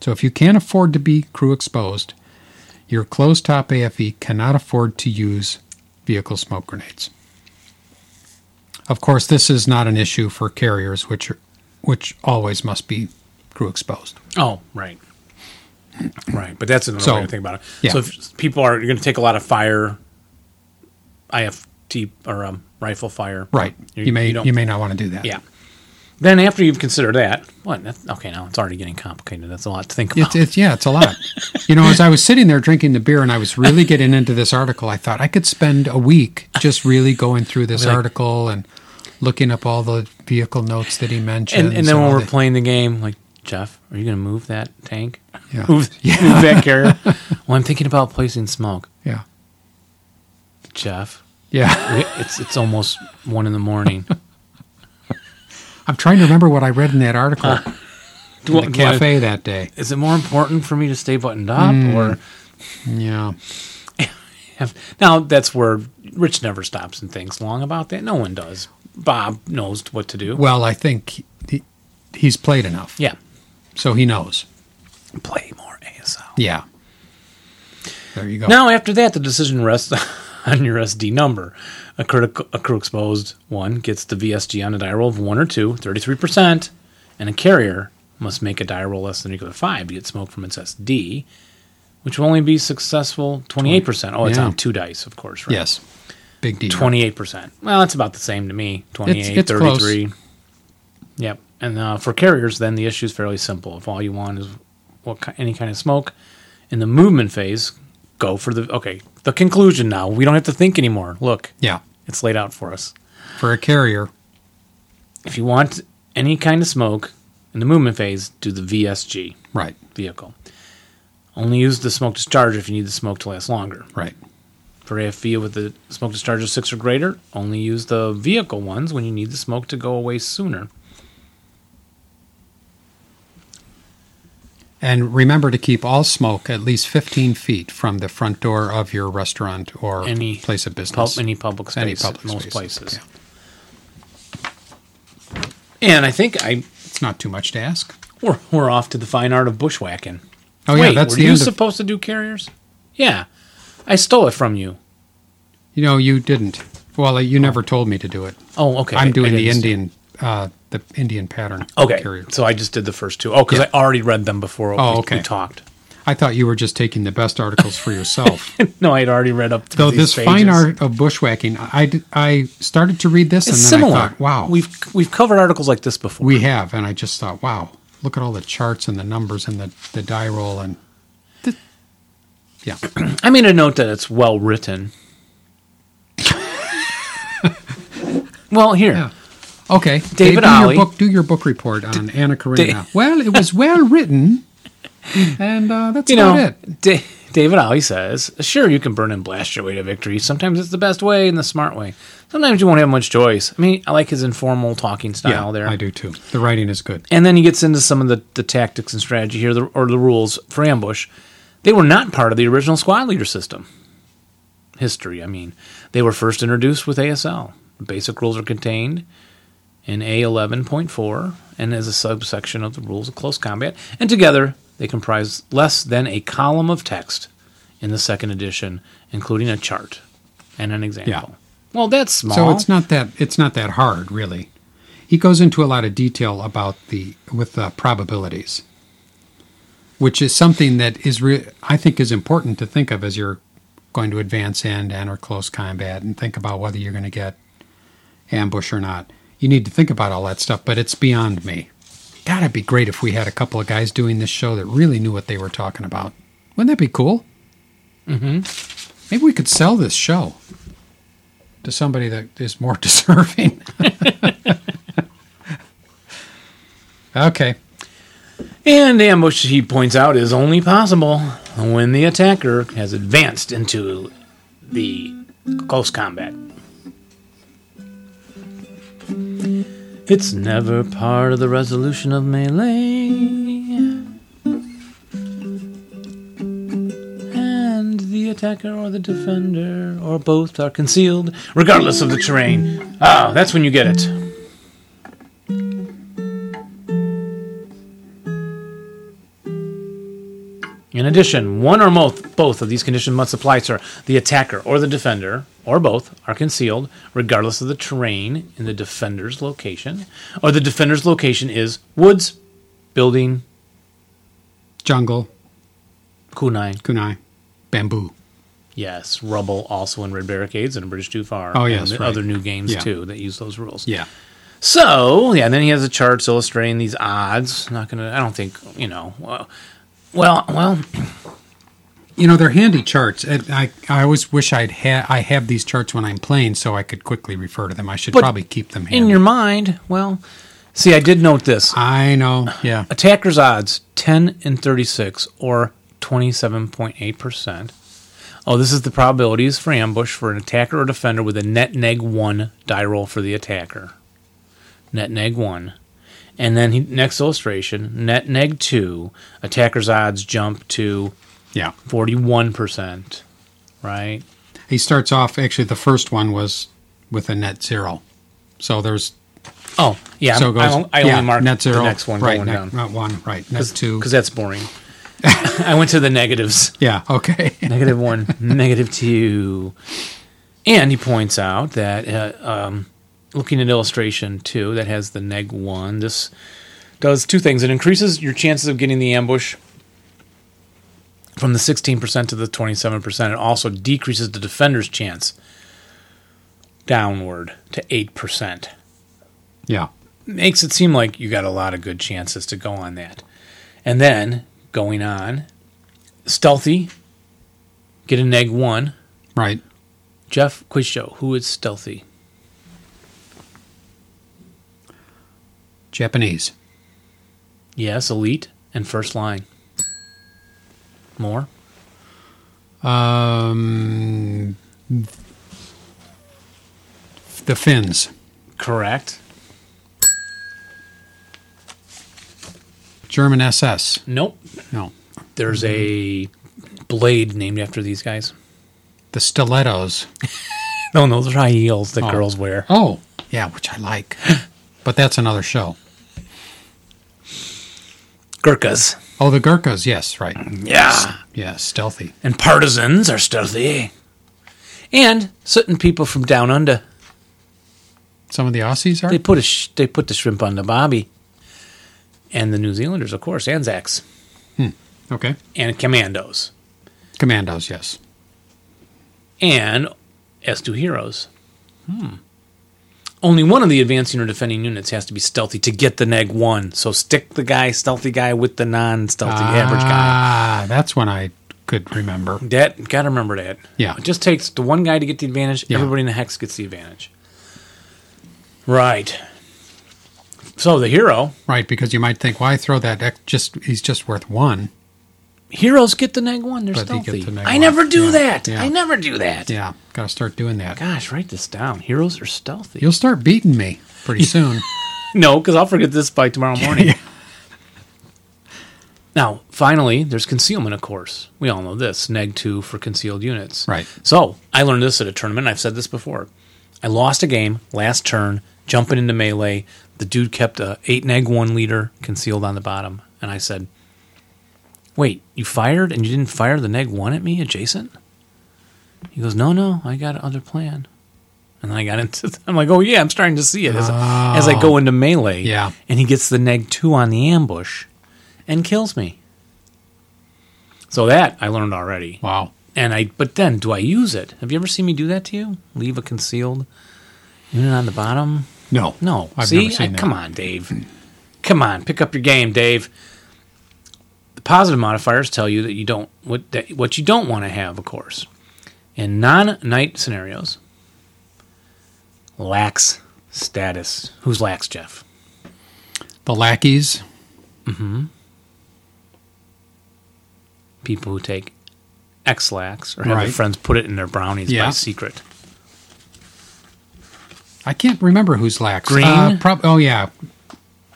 So if you can't afford to be crew exposed, your closed top AFE E cannot afford to use vehicle smoke grenades. Of course, this is not an issue for carriers, which are, which always must be crew exposed.
Oh, right, right. But that's another
So,
way to think about it.
yeah.
So if people are going to take a lot of fire, IFT or um, rifle fire.
Right. You, may you,
don't-
may not want to do that.
yeah. Then after you've considered that, what? That's, okay, now it's already getting complicated. That's a lot to think about.
It's, it's yeah, it's a
[laughs]
lot. you know, as I was sitting there drinking the beer and I was really getting into this article, I thought I could spend a week just really going through this
[laughs] Like-
article and looking up all the vehicle notes that he mentioned.
and, and then when
all
we're
the-
playing the game, like Jeff, are you going to move that tank?
Yeah.
[laughs] move, move
[laughs]
that carrier? well, I'm thinking about placing smoke,
yeah,
Jeff.
yeah. [laughs]
It's it's almost one in the morning.
I'm trying to remember what I read in that article
Do,
in the
do I-
cafe Mm. that day.
is it more important for me to stay buttoned up or
Yeah.
have, now? That's where Rich never stops and thinks long about that. No one does. Bob knows what to do.
Well, I think he, he's played enough,
yeah,
so he knows.
play more ASL.
Yeah. There you go.
Now, after that, the decision rests [laughs] on your SD number. A critical, a crew exposed one gets the VSG on a die roll of one or two, 33%, and a carrier must make a die roll less than or equal to five to get smoke from its SD, which will only be successful 28%. Oh, it's
Yeah.
on two dice, of course, right?
yes. Big deal.
28%. Well, it's about the same to me. 28,
it's close.
33. Yep. And uh, for carriers, then the issue is fairly simple. If all you want is what ki- any kind of smoke in the movement phase, go for the okay. The conclusion now. We don't have to think anymore. Look,
Yeah.
it's laid out for us.
For a carrier.
If you want any kind of smoke in the movement phase, do the VSG
Right.
vehicle. Only use the smoke discharger if you need the smoke to last longer.
Right.
For AFV with the smoke discharge of six or greater, only use the vehicle ones when you need the smoke to go away sooner.
And remember to keep all smoke at least 15 feet from the front door of your restaurant or
Any
place of
Pub,
business.
any public space,
Any public
most
space,
places.
yeah.
And I think I
It's not too much to ask.
we're, we're off to the fine art of bushwhacking.
Oh,
Wait,
yeah. That's
were
the
you
end. of,
supposed to do carriers? Yeah, I stole it from you.
you know, you didn't. Well, you never told me to do it.
Oh, okay. I
I'm doing the
didn't-
Indian, uh, the Indian pattern.
Okay,
Carrier.
so I just did the first two. Oh, because
Yeah.
I already read them before
Oh,
we,
okay.
we talked. [laughs]
I thought you were just taking the best articles for yourself.
no, I had already read up. through
Though
these
this fine
pages.
art of bushwhacking, I, I d- I started to read this
It's
and then
similar.
I thought, wow, we've,
we've we've covered articles like this before.
And I just thought, wow, look at all the charts and the numbers and the, the die roll. And th- [clears throat] yeah,
I made a note that it's
[laughs]
well written. well, here.
Yeah. okay.
David
do
Olley.
Your book, do your book report on Anna Karenina.
Da-
[laughs] well, it was well written, and uh, that's
You
about
know,
it.
Da- David Ollie says, sure, you can burn and blast your way to victory. Sometimes it's the best way and the smart way. Sometimes you won't have much choice. I mean, I like his informal talking style there.
I do too. The writing is good.
And then he gets into some of the, the tactics and strategy here, the, or the rules for ambush. They were not part of the original squad leader system. History, I mean. They were first introduced with ASL. The basic rules are contained in A11.4 and as a subsection of the rules of close combat. And together, they comprise less than a column of text in the second edition, including a chart and an example. Well, that's small.
So it's not that it's not that hard, really. He goes into a lot of detail about the with the probabilities. uh, which is something that is re- I think is important to think of as you're going to advance end and or close combat and think about whether you're going to get ambush or not. You need to think about all that stuff, but it's beyond me. God, it'd be great if we had a couple of guys doing this show that really knew what they were talking about. Wouldn't that be cool? Mm-hmm. Maybe we could sell this show to somebody that is more [laughs] deserving. okay.
And ambush, he points out, is only possible when the attacker has advanced into the close combat. It's never part of the resolution of melee. And the attacker or the defender or both are concealed, regardless of the terrain. Ah, that's when you get it. In addition, one or mo- both of these conditions must apply, sir. The attacker or the defender, or both, are concealed, regardless of the terrain in the defender's location, or the defender's location is woods, building,
Jungle,
kunai,
kunai, bamboo.
yes, rubble, also in red barricades and a bridge too far.
Oh, yes,
and
right.
other new games
Yeah.
too that use those rules.
Yeah.
So yeah, and then he has the charts illustrating these odds. Not gonna, I don't think you know. Well, well, well
You know, they're handy charts. And I, I always wish I'd had I have these charts when I'm playing so I could quickly refer to them. I should
But
probably keep them handy.
in your mind, well, see, I did note this.
I know. Yeah.
Attacker's odds 10 and 36, or 27.8%. Oh, this is the probabilities for ambush for an attacker or defender with a net neg 1 die roll for the attacker. Net neg 1. And then he, next illustration, net neg 2, attacker's odds jump to
Yeah.
41%, right?
He starts off actually the first one was with a net zero. So there's
Oh, yeah.
so
I'm-
it goes
I, on- I
yeah,
only marked
net zero
the next one
right
going
net,
down.
Not one, right. Net two.
Because that's boring. [laughs] I went to the negatives.
yeah, okay. [laughs]
negative one, negative two. And he points out that uh, um, looking at illustration two that has the neg one, this does two things. It increases your chances of getting the ambush from the 16% to the 27%. It also decreases the defender's chance downward to 8%.
yeah.
Makes it seem like you got a lot of good chances to go on that. And then going on, stealthy, get a neg one.
Right.
Jeff Quiz Show, who is stealthy?
Japanese.
Yes, elite and first line. More?
Um the Finns.
Correct.
German SS.
Nope.
No.
There's a blade named after these guys.
The stilettos.
No, no, those are high heels that
Oh.
girls wear.
Oh, yeah, which I like. [gasps] but that's another show.
Gurkhas.
Oh, the Gurkhas, yes, right.
Yeah.
Yeah, stealthy.
And partisans are stealthy. And certain people from down under.
Some of the Aussies are?
They put a sh- they put the shrimp on the bobby. And the New Zealanders, of course, Anzacs
Okay.
and commandos
Commandos, yes.
and S2 heroes. Hmm. Only one of the advancing or defending units has to be stealthy to get the neg one. So stick the guy, stealthy guy, with the non-stealthy average guy.
Ah, that's when I could remember.
That gotta remember that.
Yeah.
it just takes the one guy to get the advantage.
Yeah.
Everybody in the hex gets the advantage. Right. So the hero
Right, because you might think, why throw that? Ex- just He's just worth one.
heroes get the neg one. They're
But they get
stealthy.
the neg
I
one.
never do
Yeah.
that.
Yeah.
I never do that.
Yeah, got to start doing that.
Gosh, write this down. Heroes are stealthy.
You'll start beating me
[laughs]
pretty soon.
No, because I'll forget this by tomorrow morning. Now, finally, there's concealment, of course. We all know this neg two for concealed units.
Right.
So I learned this at a tournament. I've said this before. I lost a game last turn, jumping into melee. The dude kept a eight neg one leader concealed on the bottom, and I said, "Wait, you fired and you didn't fire the neg one at me adjacent?" He goes, "No, no, I got another plan." And I got [laughs] into. I'm like, "Oh yeah, I'm starting to see it as, as I go into melee."
Yeah.
And he gets the neg two on the ambush, and kills me. So that I learned already.
Wow.
And I, but then do I use it? Have you ever seen me do that to you? Leave a concealed unit on the bottom?
No.
No.
I've
See,
never seen
I-
that.
come on, Dave. Come on, pick up your game, Dave. The positive modifiers tell you that you don't what that, what you don't want to have, of course. In non-night scenarios, lax status. Who's lax, Jeff?
The lackeys.
People who take X lax or have their
Right.
friends put it in their brownies by
Yeah.
secret.
I can't remember who's lax.
Green?
Uh, prob- oh, yeah.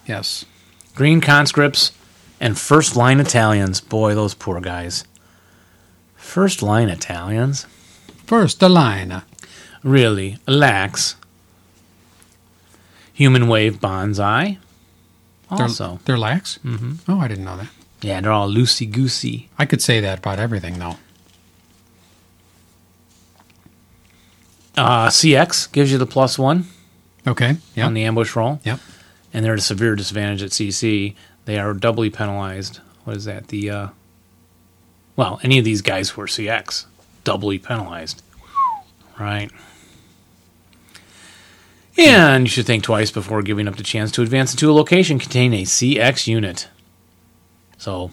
Yes.
Green conscripts and first line Italians. Boy, those poor guys. First line Italians.
First, the line. Uh,
really lax. Human wave bonsai.
They're,
Also,
They're lax? Mm-hmm. Oh, I didn't know that.
yeah, they're all loosey goosey.
I could say that about everything, though.
Uh, CX gives you the plus one
Okay.
on
Yeah.
the ambush roll,
Yep.
and they're at a severe disadvantage at CC. They are doubly penalized. What is that? The uh, well, any of these guys who are CX, doubly penalized, right? And you should think twice before giving up the chance to advance into a location containing a CX unit. So,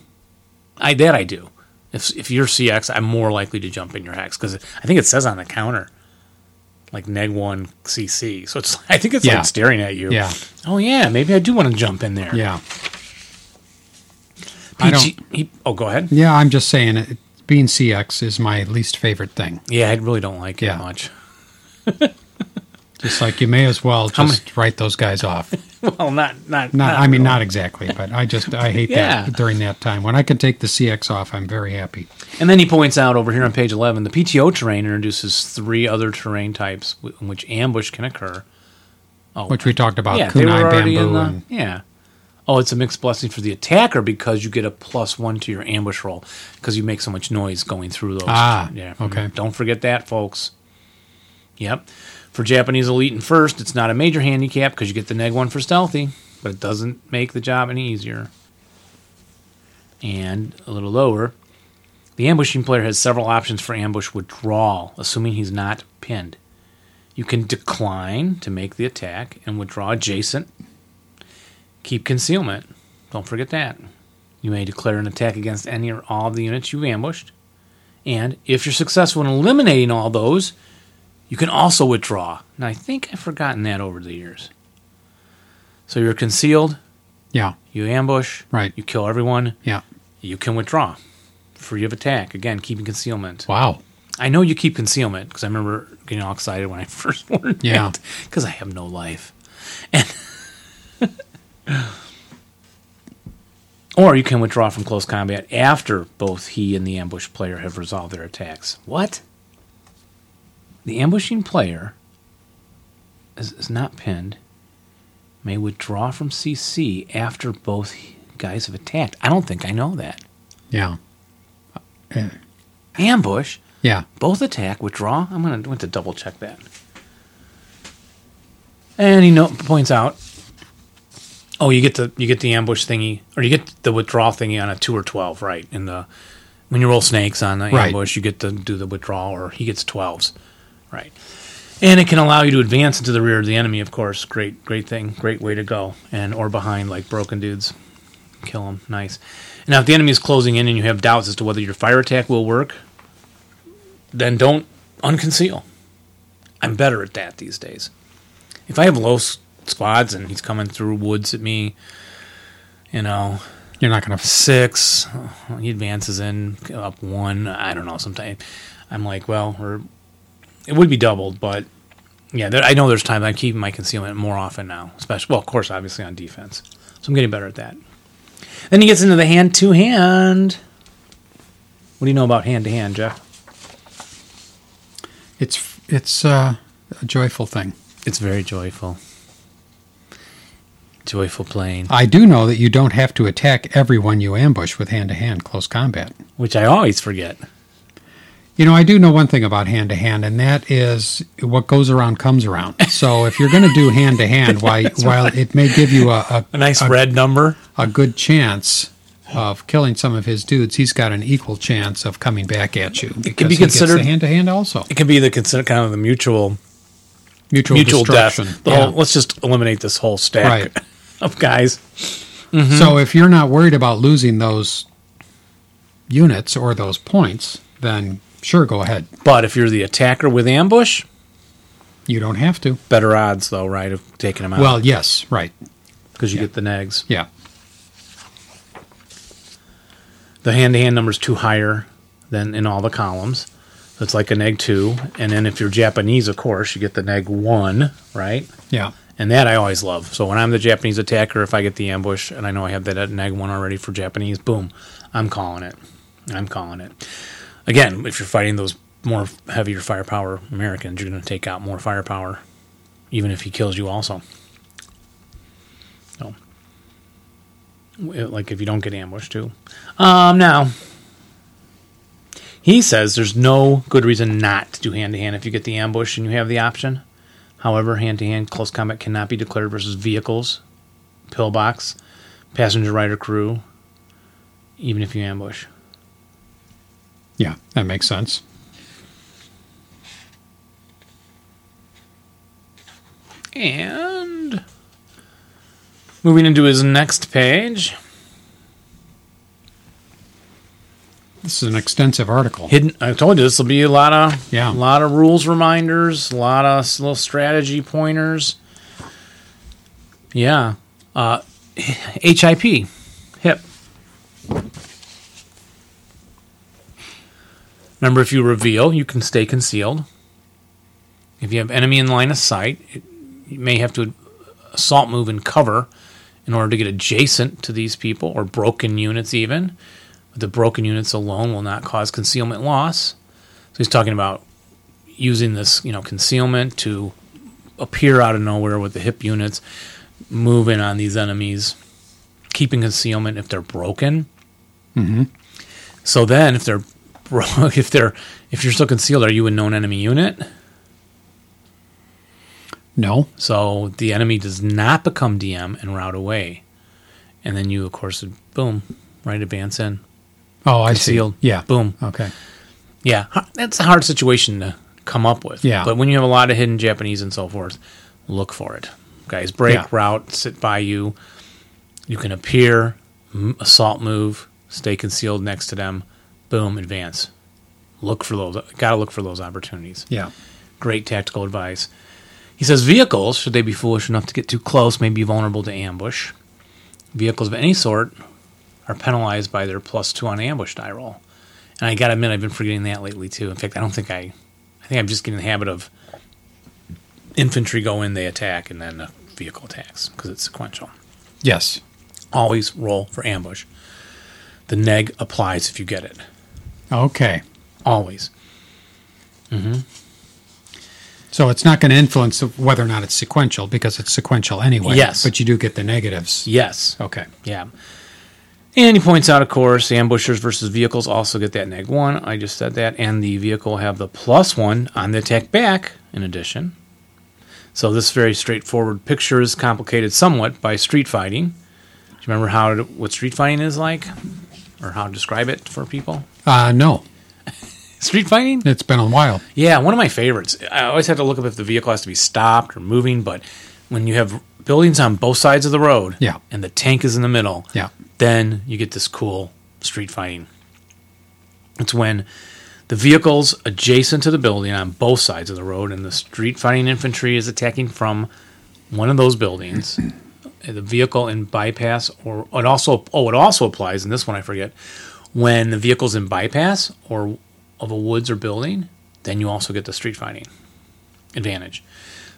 I that I do. If if you're CX, I'm more likely to jump in your hex because I think it says on the counter, like neg one CC. So it's [laughs] I think it's
Yeah.
like staring at you.
Yeah.
Oh yeah, maybe I do want to jump in there.
Yeah. I
PG, he, oh, go ahead.
Yeah, I'm just saying, it, being CX is my least favorite thing.
Yeah, I really don't like
Yeah.
it much.
Just like you may as well
How
just write those guys
[laughs]
off.
[laughs] Well, not not.
Not, I mean,
really.
not exactly, but I just I hate
Yeah.
that during that time when I could take the CX off. I'm very happy.
And then he points out over here on page 11 the PTO terrain introduces three other terrain types w- in which ambush can occur. Oh,
Which we talked about
yeah, they were
kunai
already in
bamboo
the.
and
yeah. Oh, it's a mixed blessing for the attacker because you get a plus one to your ambush roll because you make so much noise going through those.
Ah,
yeah. Mm-hmm.
okay.
Don't forget that, folks. Yep. For Japanese elite and first, it's not a major handicap because you get the neg one for stealthy, but it doesn't make the job any easier. And a little lower, the ambushing player has several options for ambush withdrawal, assuming he's not pinned. You can decline to make the attack and withdraw adjacent. Keep concealment. Don't forget that. You may declare an attack against any or all of the units you've ambushed. And if you're successful in eliminating all those, you can also withdraw. Now, I think I've forgotten that over the years. So you're concealed,
yeah,
you ambush,
Right.
you kill everyone,
yeah.
you can withdraw. Free of attack. Again, keeping concealment.
Wow.
I know you keep concealment because I remember getting all excited when I [laughs] first learned
Yeah.
Because I have no life. And [laughs] or you can withdraw from close combat after both he and the ambush player have resolved their attacks. What? The ambushing player is, is not pinned, may withdraw from CC after both guys have attacked. I don't think I know that.
Yeah. Uh,
Ambush
Yeah.
both attack, withdraw. I'm gonna want to double check that. And he no- points out, oh, you get the you get the ambush thingy, or you get the withdrawal thingy on a two or twelve, right? In the when you roll snakes on the
Right.
ambush, you get to do the withdrawal, or he gets twelves, right? And it can allow you to advance into the rear of the enemy. Of course, great great thing, great way to go, and or behind like broken dudes kill them. Nice. Now, if the enemy is closing in and you have doubts as to whether your fire attack will work, then don't unconceal. I'm better at that these days. If I have low s- squads and he's coming through woods at me, you know,
You're not gonna.
six, he advances in up one. I don't know. Sometimes I'm like, well, or it would be doubled, but yeah, there, I know there's time I'm keeping my concealment more often now, especially well, of course, obviously on defense. So I'm getting better at that. Then he gets into the hand to hand. What do you know about hand to hand, Jeff?
It's it's uh, a joyful thing.
It's very joyful. Joyful playing,
I do know that you don't have to attack everyone you ambush with hand to hand close combat.
which I always forget.
You know, I do know one thing about hand to hand, and that is what goes around comes around.
[laughs]
So if you're going to do
Uh,
hand to hand, while while it may give you a, a,
A nice red number.
a good chance of killing some of his dudes, he's got an equal chance of coming back at you. It
be considered-
hand to hand also
It can be the consider kind of the mutual
mutual,
mutual death.
destruction.
The
Yeah.
whole, let's just eliminate this whole stack
Right.
[laughs] of guys. Hmm.
So if you're not worried about losing those units or those points, then sure, go ahead.
But if you're the attacker with ambush,
You don't have to.
better odds though, right, of taking them out.
Well, yes, right.
because you get the nags.
Yeah.
The hand to hand number's two higher than in all the columns. So it's like a neg two. And then if you're Japanese, of course, you get the neg one, right?
Yeah.
And that I always love. So when I'm the Japanese attacker, if I get the ambush and I know I have that at neg one already for Japanese, boom, I'm calling it. I'm calling it. Again, if you're fighting those more heavier firepower Americans, you're going to take out more firepower, even if he kills you also. So, w- like if you don't get ambushed too. Um, now he says there's no good reason not to do hand to hand if you get the ambush and you have the option. However, hand to hand close combat cannot be declared versus vehicles, pillbox, passenger rider crew, even if you ambush.
Yeah. That makes sense.
And moving into his next page
This is an extensive article.
hidden. I told you this will be a lot of
Yeah.
a lot of rules reminders, a lot of s- little strategy pointers. Yeah, uh, HIP, hip. Remember, if you reveal, you can stay concealed. If you have enemy in line of sight, it, you may have to assault move and cover in order to get adjacent to these people or broken units even the broken units alone will not cause concealment loss. So he's talking about using this, you know, concealment to appear out of nowhere with the hip units, move in on these enemies, keeping concealment if they're broken. Mm-hmm. So then, if they're bro- [laughs] if they're if you're still concealed, are you a known enemy unit?
No.
So the enemy does not become DM and route away, and then you, of course, boom, right advance in
Oh, I
concealed.
see. Yeah.
boom.
Okay.
Yeah, h- that's a hard situation to come up with.
Yeah.
But when you have a lot of hidden Japanese and so forth, look for it. Guys, break,
Yeah.
route, sit by you. You can appear, m- assault move, stay concealed next to them, boom, advance. Look for those. Got to look for those opportunities.
Yeah.
Great tactical advice. He says vehicles, should they be foolish enough to get too close, may be vulnerable to ambush. Vehicles of any sort are penalized by their plus two on ambush die roll. And I gotta admit, I've been forgetting that lately too. In fact, I don't think I, I think I'm just getting in the habit of infantry go in, they attack, and then the vehicle attacks because it's sequential.
Yes.
Always roll for ambush. The neg applies if you get it.
Okay.
Always.
So it's not going to influence whether or not it's sequential because it's sequential anyway.
Yes.
But you do get the negatives.
Yes.
Okay.
Yeah. And he points out, of course, ambushers versus vehicles also get that neg one. I just said that. And the vehicle have the plus one on the attack back in addition. So this very straightforward picture is complicated somewhat by street fighting. Do you remember how to, what street fighting is like? Or how to describe it for people?
Uh, no,
Street fighting?
it's been a while.
Yeah, one of my favorites. I always have to look up if the vehicle has to be stopped or moving, but when you have buildings on both sides of the road
Yeah.
and the tank is in the middle,
Yeah.
then you get this cool street fighting. It's when the vehicles adjacent to the building on both sides of the road and the street fighting infantry is attacking from one of those buildings. [clears throat] the vehicle in bypass or it also oh it also applies in this one I forget when the vehicle's in bypass or of a woods or building, then you also get the street fighting advantage.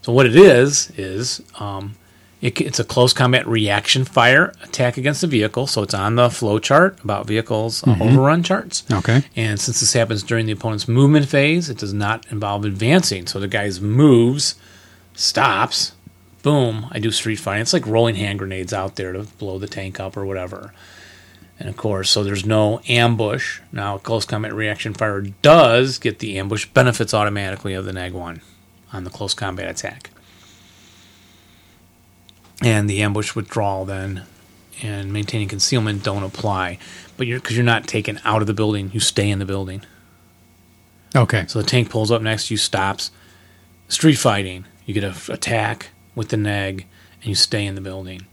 So what it is is um, it, c- it's a close combat reaction fire attack against the vehicle. So it's on the flow chart about vehicles uh, overrun charts.
Okay.
And since this happens during the opponent's movement phase, it does not involve advancing. So the guy's moves, stops, boom, I do street fighting. It's like rolling hand grenades out there to blow the tank up or whatever. And of course, so there's no ambush. Now, close combat reaction fire does get the ambush benefits automatically of the nag one on the close combat attack. And the ambush withdrawal then and maintaining concealment don't apply, but you're because you're not taken out of the building, you stay in the building.
Okay.
So the tank pulls up next to you, stops. Street fighting, you get an attack with the neg, and you stay in the building.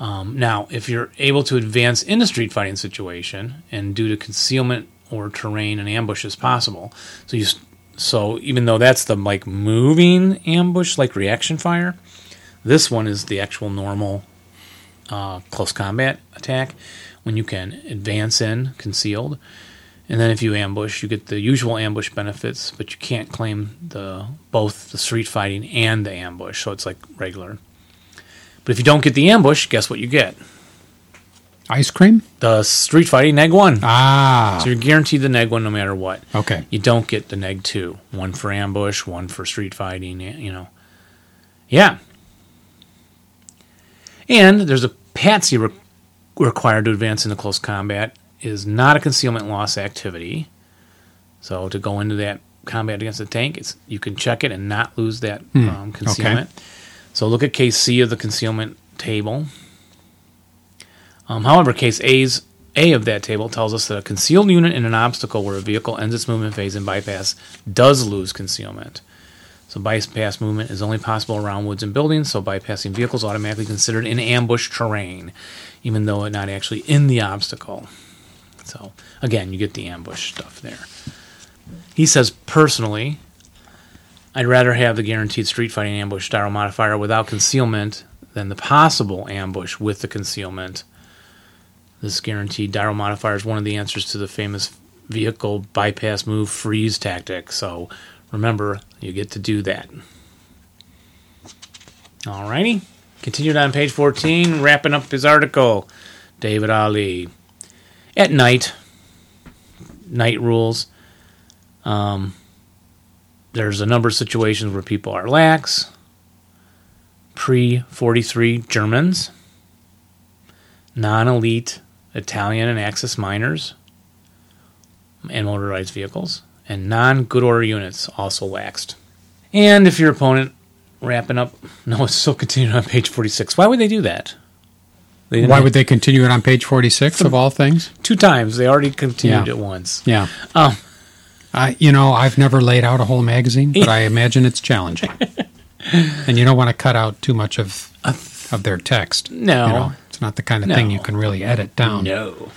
Um, now, if you're able to advance into street fighting situation, and due to concealment or terrain, an ambush is possible. So you, s- so even though that's the like moving ambush, like reaction fire, this one is the actual normal uh, close combat attack when you can advance in concealed. And then if you ambush, you get the usual ambush benefits, but you can't claim the both the street fighting and the ambush, so it's like regular. But if you don't get the ambush, guess what you get?
Ice cream?
The street fighting neg one.
Ah.
So you're guaranteed the neg one no matter what.
Okay.
You don't get the neg two. One for ambush, one for street fighting, you know. Yeah. And there's a patsy re- required to advance into close combat is not a concealment loss activity. So to go into that combat against the tank, it's you can check it and not lose that um, concealment. So look at case C of the concealment table. Um, however, case A's A of that table tells us that a concealed unit in an obstacle where a vehicle ends its movement phase and bypass does lose concealment. So bypass movement is only possible around woods and buildings, so bypassing vehicles automatically considered in ambush terrain, even though it not actually in the obstacle. So again, you get the ambush stuff there. He says personally, I'd rather have the guaranteed street fighting ambush style modifier without concealment than the possible ambush with the concealment. This guaranteed dial modifier is one of the answers to the famous vehicle bypass move freeze tactic. So remember, you get to do that. Alrighty. Continued on page 14, wrapping up his article. David Ali. At night, night rules. Um, there's a number of situations where people are lax. Pre 43 Germans non elite Italian and Axis miners and motorized vehicles, and non good order units also laxed. And if your opponent, wrapping up, [laughs] no, it's still continued on page 46. Why would they do that? They
Why would they continue it on page 46 of all things?
two times? They already continued
Yeah.
it once.
Yeah.
Um,
I, you know, I've never laid out a whole magazine, but I imagine it's
[laughs]
challenging. and you don't want to cut out too much of of their text.
No.
You know, it's not the kind of thing
No.
you can really edit down.
No.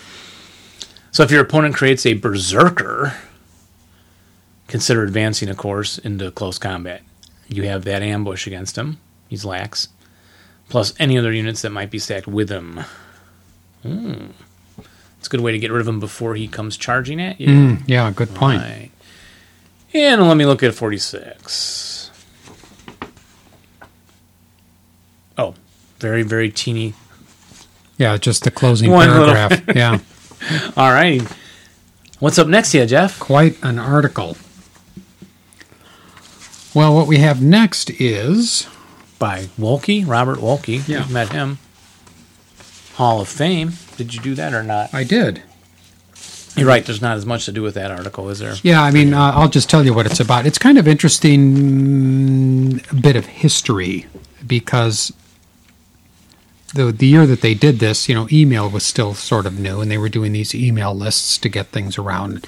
So if your opponent creates a berserker, consider advancing, of course, into close combat. You have that ambush against him. He's lax. Plus any other units that might be stacked with him. Hmm. It's a good way to get rid of him before he comes charging at you.
Mm, yeah, good point.
Right. And let me look at 46. Oh, very, very teeny
Yeah, just the closing
One little-
paragraph.
[laughs]
yeah,
All right. What's up next here, Jeff?
quite an article. Well, what we have next is
By Wolke, Robert Wolke.
Yeah.
We've Met him. Hall of Fame. Did you do that or not?
I did.
You're right. There's not as much to do with that article, is there?
Yeah, I mean, uh, I'll just tell you what it's about. It's kind of interesting bit of history because the the year that they did this, you know, email was still sort of new, and they were doing these email lists to get things around.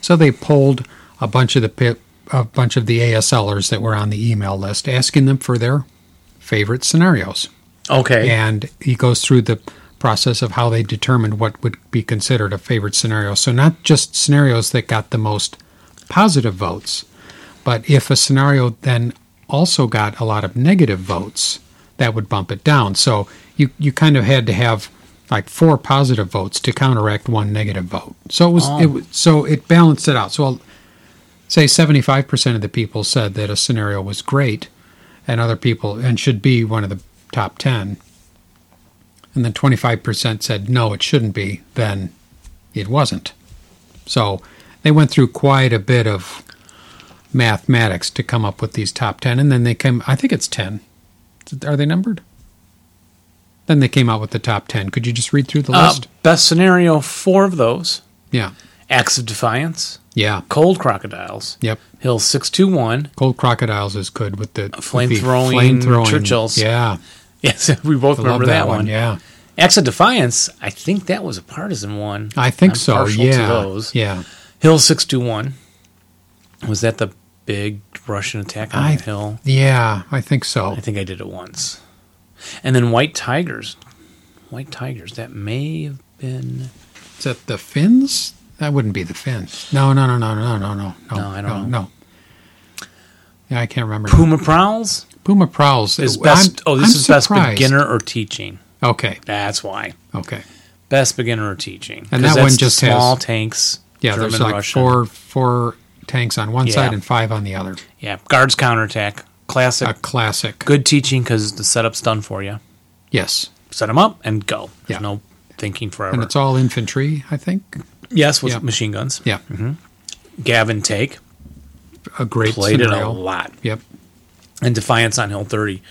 So they polled a bunch of the pe- a bunch of the ASLers that were on the email list, asking them for their favorite scenarios
Okay.
and he goes through the process of how they determined what would be considered a favorite scenario. So not just scenarios that got the most positive votes, but if a scenario then also got a lot of negative votes, that would bump it down. So you you kind of had to have like four positive votes to counteract one negative vote. So it was it was so it balanced it out. So I'll say 75% of the people said that a scenario was great and other people and should be one of the top 10 and then 25% said no it shouldn't be then it wasn't so they went through quite a bit of mathematics to come up with these top 10 and then they came i think it's 10 are they numbered then they came out with the top 10 could you just read through the
Uh,
list
best scenario four of those
yeah
Acts of Defiance,
yeah
Cold Crocodiles,
yep
Hill 621.
cold crocodiles is good with the with the
Flame-throwing
flame-throwing-
Churchills.
yeah
[laughs] Yes, we both
I
remember
love
that, one.
Yeah,
Acts of Defiance, I think that was a partisan one.
I think
I'm
so.
partial to
Yeah.
those.
Yeah.
Hill 621. Was that the big Russian attack on
I-
the hill?
Yeah, I think so.
I think I did it once. And then White Tigers. White Tigers. That may have been.
Is that the Finns? That wouldn't be the Finns. No, no, no, no, no, no, no, no.
No, I don't
no,
know.
No. Yeah, I can't remember.
Puma Prowls
Puma Prowls
is
I'm-
best. oh, this
I'm
is best
surprised.
beginner or teaching.
Okay,
That's why.
okay.
Best beginner or teaching.
And
'Cause
that one
that's the
just has-
small tanks.
Yeah,
German,
there's like
Russian.
four four tanks on one
Yeah.
side and five on the other.
Yeah, guards counterattack. Classic.
A classic.
Good teaching because the setup's done for you.
Yes,
Set them up and go. There's
Yeah.
no thinking forever.
and it's all infantry, I think.
yes, with
yeah.
machine guns.
Yeah,
Gavin Take
a great
played it a
scenario.
lot.
Yep.
and Defiance on Hill 30.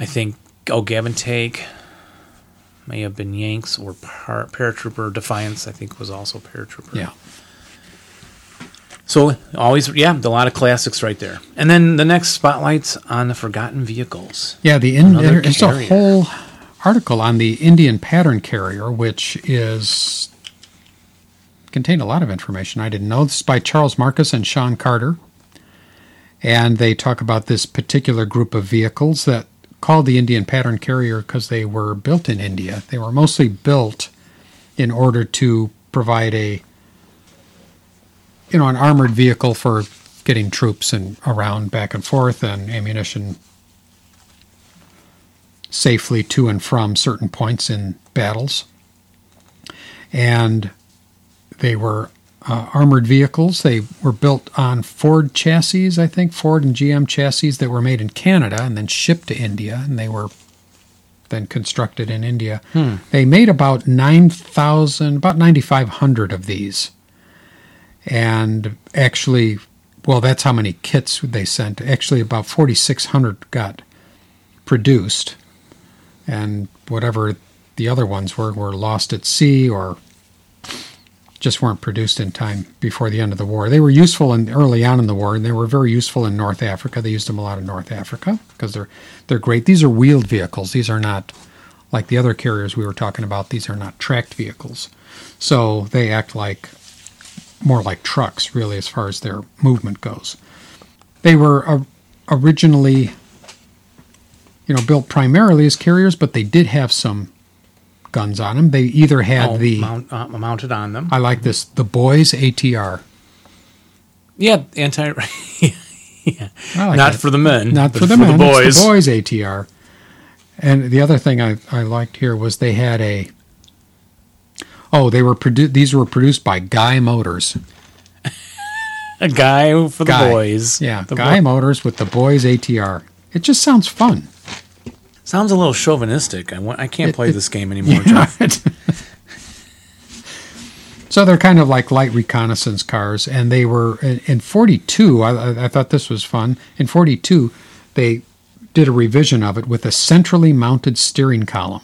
I think, oh, Gavin Take may have been Yanks or par- Paratrooper. Defiance, I think, was also Paratrooper.
Yeah.
So always, yeah, a lot of classics right there. And then the next spotlights on the Forgotten Vehicles.
Yeah, the in,
Another
there- there's a
carrier.
whole article on the Indian pattern carrier, which is contained a lot of information I didn't know. This is by Charles Marcus and Sean Carter, and they talk about this particular group of vehicles that called the Indian pattern carrier because they were built in India. They were mostly built in order to provide a you know an armored vehicle for getting troops and around back and forth and ammunition safely to and from certain points in battles. And they were uh, armored vehicles. They were built on Ford chassis, I think, Ford and GM chassis that were made in Canada and then shipped to India, and they were then constructed in India. They made about 9,000, about 9,500 of these. And actually, well, that's how many kits they sent. Actually, about 4,600 got produced, and whatever the other ones were were lost at sea or just weren't produced in time before the end of the war. They were useful in early on in the war, and they were very useful in North Africa. They used them a lot in North Africa because they're they're great. These are wheeled vehicles. These are not like the other carriers we were talking about. These are not tracked vehicles, so they act like more like trucks, really, as far as their movement goes. They were uh, originally you know, built primarily as carriers, but they did have some guns on them. They either had
Oh,
the
mount, uh, mounted on them.
I like this the boys ATR,
yeah, anti. yeah. [laughs]
I like
Not
that.
for the men.
not
but
for the men, it's
boys.
the boys ATR. And the other thing I, I liked here was they had a oh they were produ- these were produced by Guy Motors.
A guy for the
Guy.
boys.
Yeah,
The
Guy
boy-
Motors with the boys ATR. It just sounds fun.
Sounds a little chauvinistic. I, wa- I can't
It-
play
it- [laughs]
this game anymore, Jeff.
so they're kind of like light reconnaissance cars, and they were in, in '42. I, I- I thought this was fun. In '42, they did a revision of it with a centrally mounted steering column,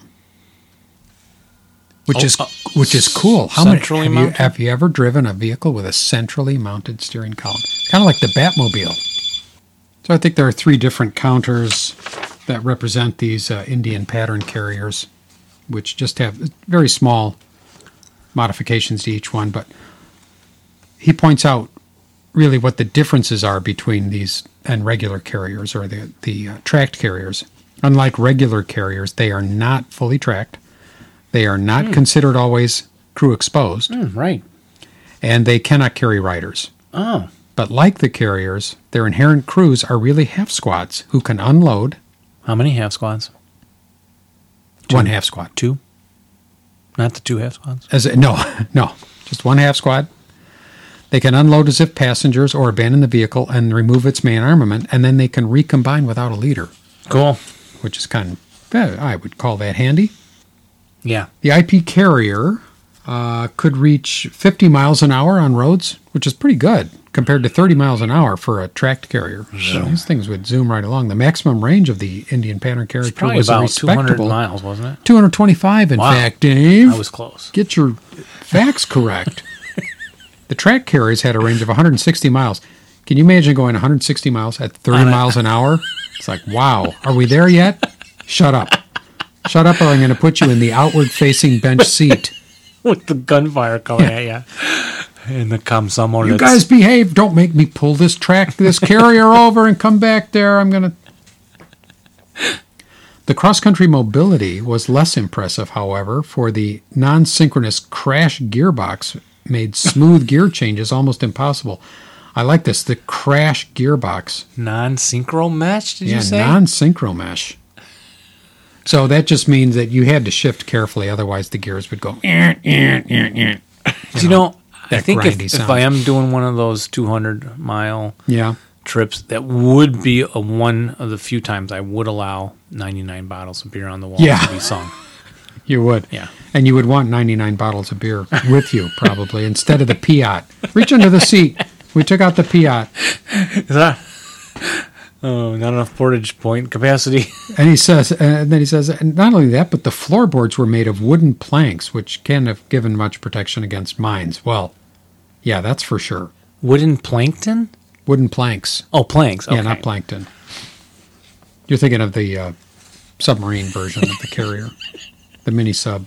which
Oh,
is
uh,
which is cool. How many
centrally
have you,
mounted?
have you ever driven a vehicle with a centrally mounted steering column? It's kind of like the Batmobile. So I think there are three different counters that represent these uh, Indian pattern carriers, which just have very small modifications to each one. But he points out really what the differences are between these and regular carriers or the the uh, tracked carriers. Unlike regular carriers, they are not fully tracked. They are not considered always crew exposed,
Hmm, right.
and they cannot carry riders.
Oh.
But like the carriers, their inherent crews are really half squads who can unload
How many half squads?
one half squad.
Two? Not the two half squads?
As a, no, [laughs] no, just one half squad. They can unload as if passengers or abandon the vehicle and remove its main armament, and then they can recombine without a leader,
Cool.
which is kind of eh, I would call that handy.
Yeah.
The IP carrier uh, could reach 50 miles an hour on roads, which is pretty good compared to 30 miles an hour for a tracked carrier. So these things would zoom right along. The maximum range of the Indian pattern carrier
It's probably
was a
about 200
respectable
miles, wasn't
225, in
Wow.
fact, Dave.
it? I was close. [laughs]
Get your facts correct. the track carriers had a range of 160 miles. Can you imagine going 160 miles at 30 miles an hour? It's like, wow, are we there yet? Shut up. Shut up, or I'm going to put you in the outward-facing bench seat.
with the gunfire coming at you. And the Komsomolets.
You guys behave. Don't make me pull this track,
[laughs]
this carrier over and come back there. I'm going to. [laughs] The cross country mobility was less impressive, however, for the non synchronous crash gearbox made
[laughs]
smooth gear changes almost impossible. I like this the crash gearbox.
non-synchro match. Did
yeah,
you say?
non synchro mesh. So that just means that you had to shift carefully, otherwise the gears would go. "Eh, eh, eh, eh."
Do you know? I
that
think if,
grindy
if
sound.
I am doing one of those 200 mile
Yeah.
trips, that would be a, one of the few times I would allow 99 bottles of beer on the wall
Yeah.
to be sung.
You would.
[laughs] Yeah.
And you would want 99 bottles of beer with you, probably, instead of the Piat. Reach under the seat. We took out the Piat.
Is that? Oh, not enough portage point capacity.
And he says, uh, and then he says, and not only that, but the floorboards were made of wooden planks, which can have given much protection against mines. Well, yeah, that's for sure.
Wooden plankton?
Wooden planks.
Oh, planks. Okay.
Yeah, not plankton. You're thinking of the uh, submarine version of the carrier, the mini sub.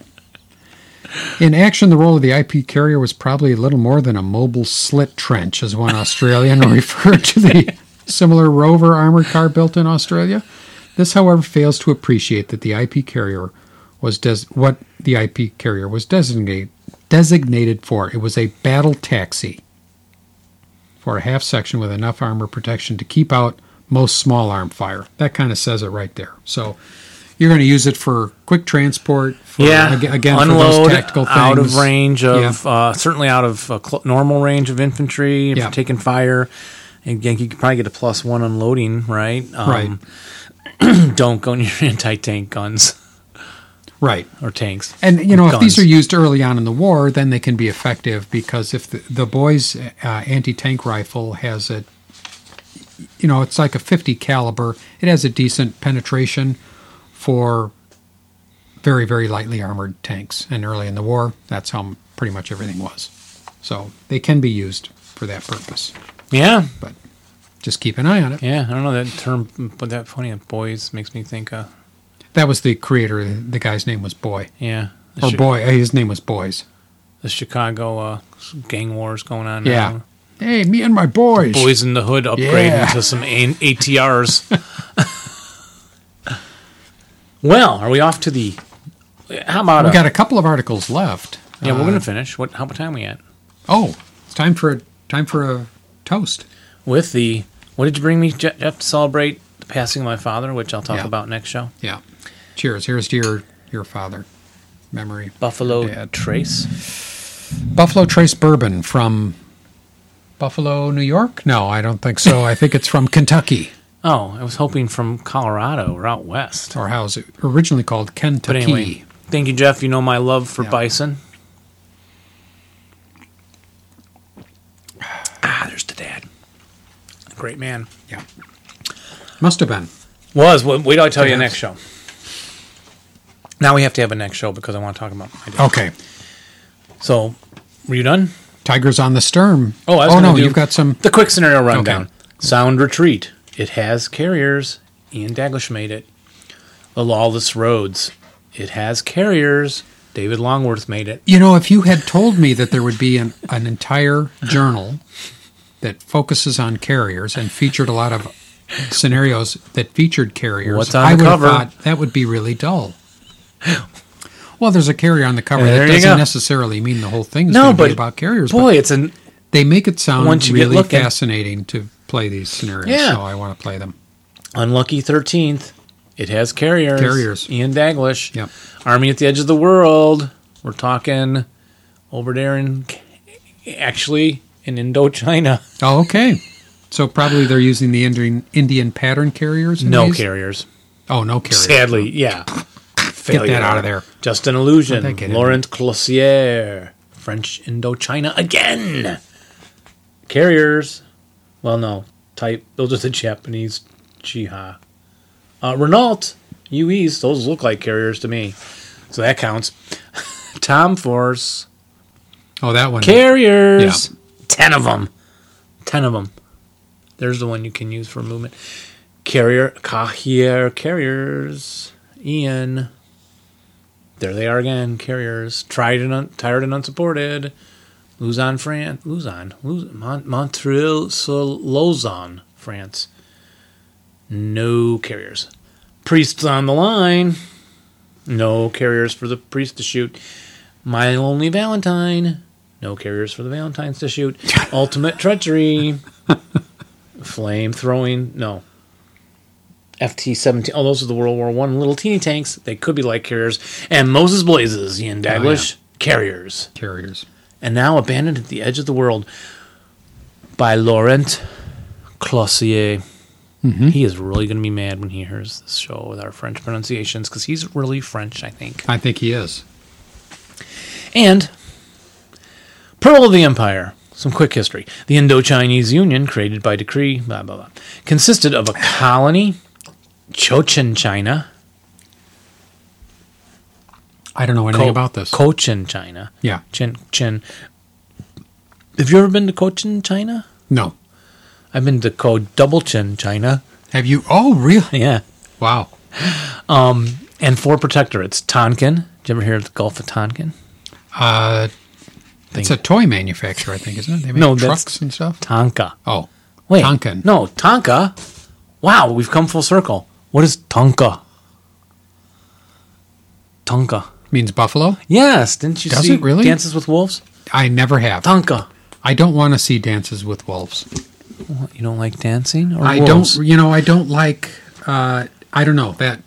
In action, the role of the IP carrier was probably little more than a mobile slit trench, as one Australian [laughs] referred to the similar Rover armored car built in Australia. This, however, fails to appreciate that the IP carrier was des- what the IP carrier was designate- designated for. It was a battle taxi for a half section with enough armor protection to keep out most small arm fire. That kind of says it right there. So you're going to use it for quick transport. For,
Yeah,
ag- again, for
unload
those tactical things.
out of range of uh, certainly out of uh, cl- normal range of infantry. If
Yeah.
you're taking fire, again, you could probably get a plus one unloading, right? Um, right. [clears throat] don't go near [laughs] anti-tank guns
Right.
or tanks.
And you know, if these
Guns.
are used early on in the war, then they can be effective because if the, the boy's uh, anti-tank rifle has a, you know, it's like a 50 caliber. It has a decent penetration for very very lightly armored tanks. And early in the war, that's how pretty much everything was. So they can be used for that purpose.
yeah,
But just keep an eye on it.
yeah. I don't know that term, but that funny of boys makes me think. Uh,
That was the creator. The guy's name was Boy
yeah, the,
or
Chi-
Boy. eh, His name was Boys.
the Chicago uh, gang wars going on.
Yeah.
now.
Uh, Hey, me and my boys.
boys in the hood upgrade
Yeah.
into some A- [laughs] ATRs. well, are we off to the? How about?
We
a-
got a couple of articles left.
yeah, we're
Uh,
gonna finish. What? How much time we at?
Oh, it's time for a time for a toast.
With the what did you bring me, Je- Jeff, to celebrate the passing of my father, which I'll talk
Yeah.
about next show.
Yeah. Cheers. Here's to your your father. Memory.
Buffalo
Dad.
Trace.
Buffalo Trace Bourbon from Buffalo, New York? No, I don't think so. I think it's from Kentucky,
Oh, I was hoping from Colorado or out west.
or how's it originally called Kentucky?
But anyway, thank you, Jeff. You know my love for
Yeah. [sighs]
bison. Ah, there's the dad. Great man.
Yeah. Must have been.
Was well, wait till I tell you next
Perhaps.
show. Now we have to have a next show because I want to talk about my day.
Okay.
So, were you done?
Tigers on the Sturm.
Oh, I was
oh
gonna
no,
do-
you've got some.
The quick scenario rundown. Sound retreat. It has carriers. Ian Daglish made it. The lawless roads. It has carriers. David Longworth made it.
You know, if you had told me that there would be an, an entire journal that focuses on carriers and featured a lot of scenarios that featured carriers,
What's on
I
the
would
cover?
have thought that would be really dull. Well, there's a carrier on the cover
There
that
you
doesn't
go.
necessarily mean the whole thing's
No,
going to
but
be about carriers.
Boy,
but
it's an
they make it sound
once you get
really
looking-
fascinating to play these scenarios.
Yeah.
So I want to play them.
unlucky thirteenth. It has carriers.
Carriers.
Ian Daglish.
Yep.
Army at the Edge of the World. We're talking over there in actually in Indochina.
Oh, okay. So probably they're using the Indian Indian pattern carriers. in
No
these?
carriers.
Oh, no carriers.
Sadly, yeah. Failure.
that out of there.
Just an
How'd that get
illusion.
in
Laurent Clossier. French Indochina again. Carriers. Well, no. Type. Those are the Japanese Chiha. Uh, Renault. UEs. Those look like carriers to me. So that counts. [laughs] Tom Force.
Oh, that one.
Carriers. Ten of them. Ten of them. There's the one you can use for movement. Carrier, Cahier, carriers. Ian, There they are again, carriers. Tried and un- tired and unsupported. Luzon, France. Luzon. Luz- Mont- Montreal, so Lausanne, France. No carriers. Priest's on the line. No carriers for the priest to shoot. My Lonely Valentine. No carriers for the Valentines to shoot. Ultimate Treachery. Flame throwing. No. FT 17. Oh, those are the World War One little teeny tanks. They could be light carriers. And Moses Blazes, Ian Daglish. Carriers.
Carriers.
And now abandoned at the edge of the world by Laurent Clossier.
Mm-hmm.
He is really going to be mad when he hears this show with our French pronunciations because he's really French, I think.
I think he is.
And Pearl of the Empire. Some quick history. The Indo Chinese Union, created by decree, blah, blah, blah, consisted of a colony, Cochin China,
I don't know anything
Co-
about this.
Cochin China,
yeah.
Chin, Chin. Have you ever been to Cochin China?
No.
I've been to Co Double Chin China.
Have you? Oh, really?
Yeah. Um,
Wow.
And four protectorates Tonkin. Did you ever hear of the Gulf of Tonkin?
Uh, it's a
Think-
toy manufacturer, I think, isn't it? They make
No, that's-
trucks and stuff.
Tonka.
Oh,
Wait.
Tonkin.
No, Tonka. Wow, we've come full circle. What is Tonka? Tonka.
means buffalo.
Yes, didn't you
Does
see
it really?
Dances with Wolves?
I never have.
Tonka.
I don't want to see dances with wolves.
What, you don't like dancing or
I
wolves?
don't. You know, I don't like. Uh, I don't know that.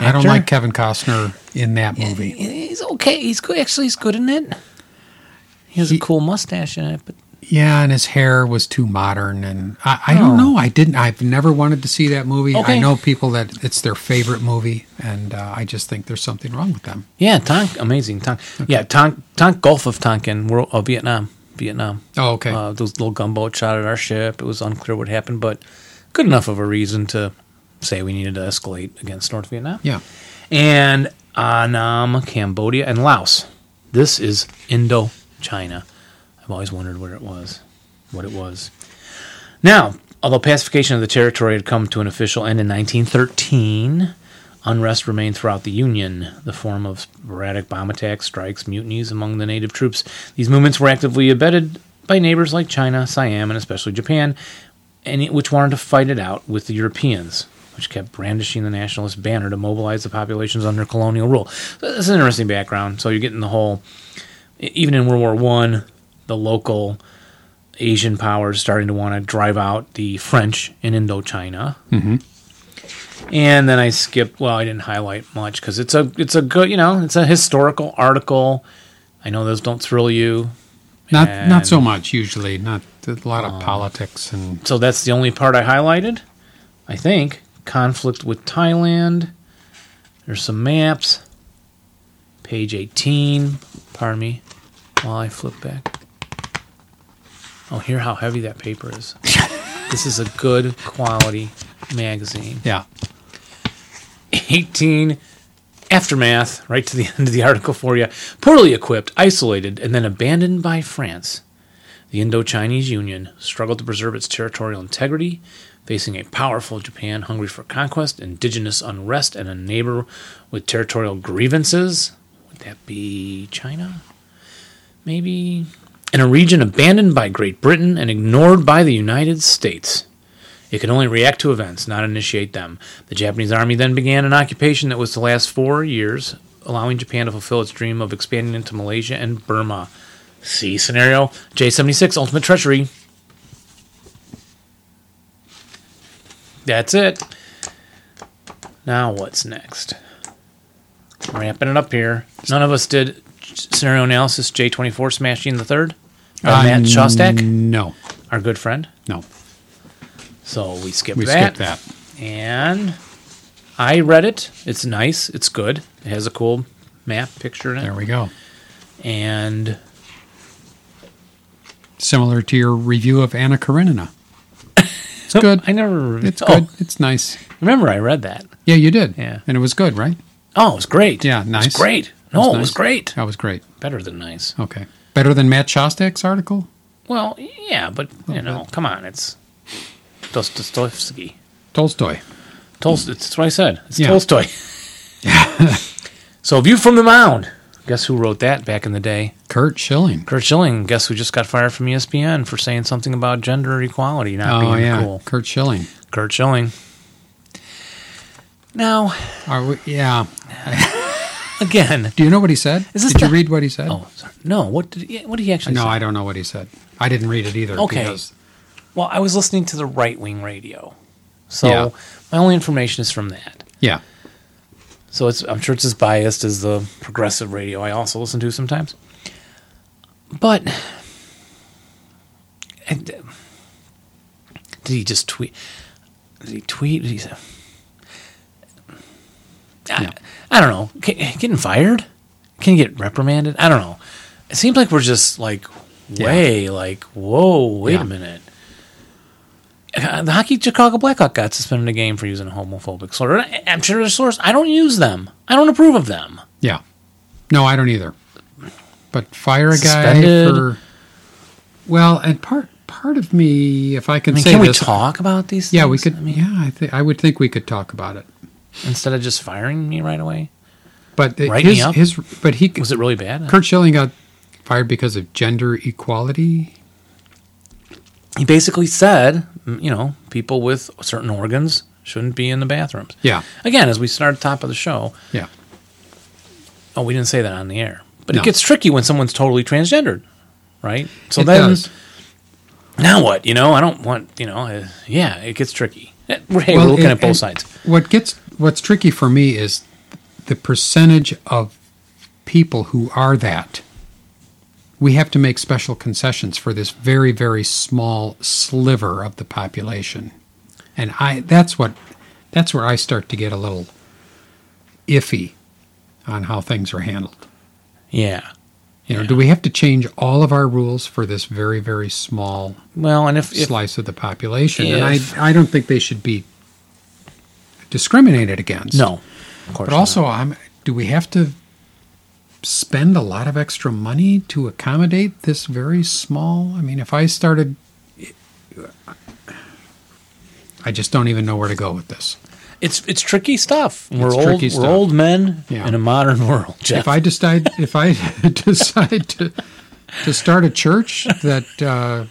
I don't
Actor?
like Kevin Costner in that movie.
He's okay. He's good. Actually, he's good in it. He has
He-
a cool mustache in it, but
Yeah, and his hair was too modern, and I, I don't know. I didn't. I've never wanted to see that movie. I
Oh. Okay.
know people that it's their favorite movie, and uh, I just think there's something wrong with them.
yeah, Tonk, amazing Tonk. Yeah, Tonk, Tonk Gulf of Tonkin, world, uh, Vietnam, Vietnam.
Oh, okay.
Uh, those little gunboat shot at our ship. It was unclear what happened, but good enough of a reason to say we needed to escalate against North Vietnam.
yeah.
And Annam, Cambodia, and Laos. This is Indochina. I've always wondered where it was, what it was. Now, although pacification of the territory had come to an official end in 1913, unrest remained throughout the Union, the form of sporadic bomb attacks, strikes, mutinies among the native troops. These movements were actively abetted by neighbors like China, Siam, and especially Japan, and it- which wanted to fight it out with the Europeans, which kept brandishing the nationalist banner to mobilize the populations under colonial rule. So that's an interesting background. So you're getting the whole, e, even in World War One, the local Asian powers starting to want to drive out the French in Indochina. And then I skipped. Well, I didn't highlight much because it's a it's a good you know it's a historical article. I know those don't thrill you,
Not not
And- Uh.
so much usually. Not a lot of politics and
so that's the only part I highlighted. I think conflict with Thailand. There's some maps. Page 18. Pardon me, while I flip back. Oh, hear how heavy that paper is. this is a good quality magazine.
yeah.
18 aftermath right to the [laughs] end of the article for you poorly equipped isolated and then abandoned by france the indo-chinese union struggled to preserve its territorial integrity facing a powerful japan hungry for conquest indigenous unrest and a neighbor with territorial grievances would that be china maybe in a region abandoned by great britain and ignored by the united states it could only react to events, not initiate them. The Japanese army then began an occupation that was to last four years, allowing Japan to fulfill its dream of expanding into Malaysia and Burma. See scenario J seventy six Ultimate Treachery. That's it. Now what's next? Ramping it up here. None of us did scenario analysis J twenty four smashing the third. By
Uh,
Matt Shostak,
No,
our good friend.
no,
So we skipped
we skipped
that.
that.
And I read it. It's nice. It's good. It has a cool map picture in it.
There we go.
And
Similar to your review of Anna Karenina. It's good.
Oh, I never.
It's
oh,
good. It's nice.
Remember, I read that.
Yeah, you did.
Yeah.
and it was good, right?
Oh, it was great.
Yeah,
It
nice.
was great. No,
was
it was
nice.
great.
That was great.
Better than nice.
Okay, better than Matt Shostak's article.
Well, yeah, but
Oh,
you know, come on, it's Dostoevsky.
Tolstoy. Mm. [laughs]
Tolstoy. That's what I said. It's
Yeah.
Tolstoy. So, View from the Mound. Guess who wrote that back in the day?
Kurt Schilling.
Kurt Schilling. Guess who just got fired from E ESPN for saying something about gender equality not
oh
being
yeah,
cool?
Kurt Schilling.
Kurt Schilling. Now,
Are we, yeah.
again,
Do you know what he said?
Is this
Did you
the-
read what he said?
oh sorry. no, what did he, what did he actually
no,
say?
I don't know what he said. I didn't read it either.
Okay.
Because,
well, I was listening to the right wing radio, so
Yeah.
my only information is from that.
yeah.
So it's I'm sure it's as biased as the progressive radio I also listen to sometimes. But and, did he just tweet? Did he tweet? Did he say, I,
Yeah.
I don't know. Ca getting fired? Can you get reprimanded? I don't know. It seems like we're just like way like whoa wait
Yeah.
a minute. Uh, The hockey Chicago Blackhawk got suspended a game for using a homophobic slur. And I- I'm sure there's source. I don't use them. I don't approve of them.
Yeah. No, I don't either. But fire a
Suspended.
guy for. Well, and part part of me, if I can
I mean,
say
can we
this,
talk about these?
yeah, we
things?
could.
I mean,
yeah, I think I would think we could talk about it.
instead of just firing me right away,
But it-
Write me
his,
up.
his, but he,
was it really bad?
Kurt Schilling got fired because of gender equality.
He basically said, mm, you know, people with certain organs shouldn't be in the bathrooms.
Yeah,
Again, as we started top of the show,
yeah,
oh, we didn't say that on the air, but
No.
it gets tricky when someone's totally transgendered, right? So
It
then,
does.
now what? You know, I don't want. You know, uh, yeah, it gets tricky. Eh, we're- Hey,
Well,
we're looking
and-
at both
and
sides.
What gets what's tricky for me is the percentage of people who are that. We have to make special concessions for this very very small sliver of the population. And I that's what that's where I start to get a little iffy on how things are handled.
Yeah.
You know, do we have to change all of our rules for this very very small
Well, and if, if
slice of the population. and
If-
I, I don't think they should be discriminated against.
no, of course.
But also, I'm, do we have to spend a lot of extra money to accommodate this very small? I mean, if I started. I just don't even know where to go with this.
not. it's it's tricky stuff. We're old.
tricky
we're
stuff.
old men
Yeah.
in a modern [laughs] world. Jeff.
If I decide, if I [laughs] decide to to start a church that uh,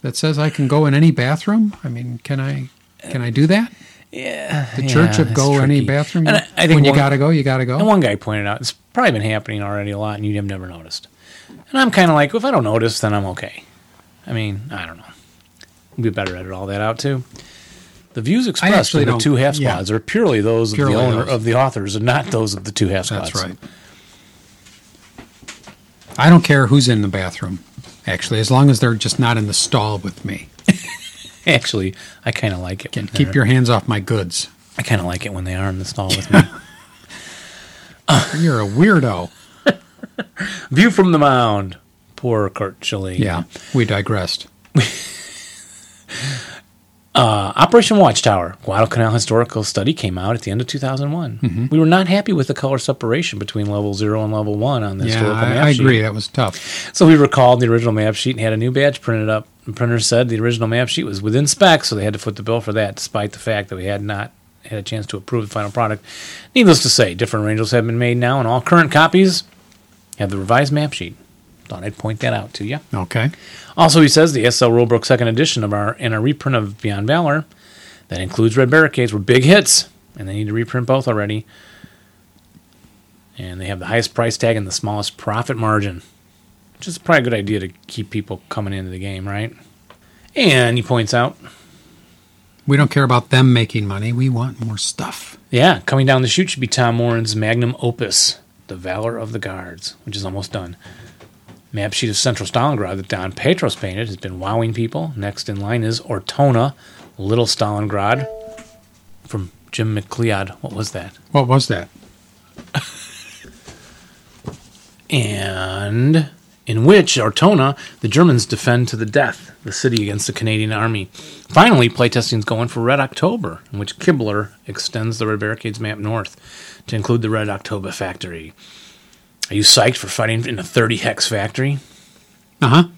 that says I can go in any bathroom, I mean, can I can I do that?
the
church of go any bathroom.
And I, I think
when you
one-
got to go, you got to go.
And one guy pointed out it's probably been happening already a lot, and you have never noticed. And I'm kind of like, if I don't notice, then I'm okay. I mean, I don't know. We'd be better edit all that out too. The views expressed
actually
in the
don't-
two half
yeah.
squads are purely those
Purely
of the owner
those.
of the authors, and not those of the two half squads.
That's right. I don't care who's in the bathroom, actually, as long as they're just not in the stall with me.
[laughs] Actually, I kind of like it. when
Keep
they're-
your hands off my goods.
I kind of like it when they are in the stall
[laughs]
with me.
You're a weirdo.
View from the mound. Poor Kurt Schilling.
Yeah, we digressed.
Uh, Operation Watchtower, Guadalcanal Historical Study came out at the end of 2001.
Mm-hmm.
We were not happy with the color separation between level zero and level one on the
Yeah,
historical map
I, I
sheet.
agree. That was tough.
So we recalled the original map sheet and had a new badge printed up. The printer said the original map sheet was within specs, so they had to foot the bill for that, despite the fact that we had not had a chance to approve the final product. Needless to say, different arrangements have been made now, and all current copies have the revised map sheet. Thought I'd point that out to you.
Okay.
Also, he says the SL Rulebook second edition of our and a reprint of Beyond Valor that includes Red Barricades were big hits, and they need to reprint both already. And they have the highest price tag and the smallest profit margin, which is probably a good idea to keep people coming into the game, right? And he points out,
We don't care about them making money. We want more stuff.
yeah, coming down the chute should be Tom Warren's magnum opus, The Valor of the Guards, which is almost done. Map sheet of Central Stalingrad that Don Petros painted has been wowing people. Next in line is Ortona, Little Stalingrad, from Jim McLeod. What was that?
What was that?
and in which Ortona, the Germans defend to the death the city against the Canadian Army. Finally, playtesting's going for Red October, in which Kibler extends the Red Barricades map north to include the Red October factory. Are you psyched for fighting in a 30 hex factory?
Uh huh.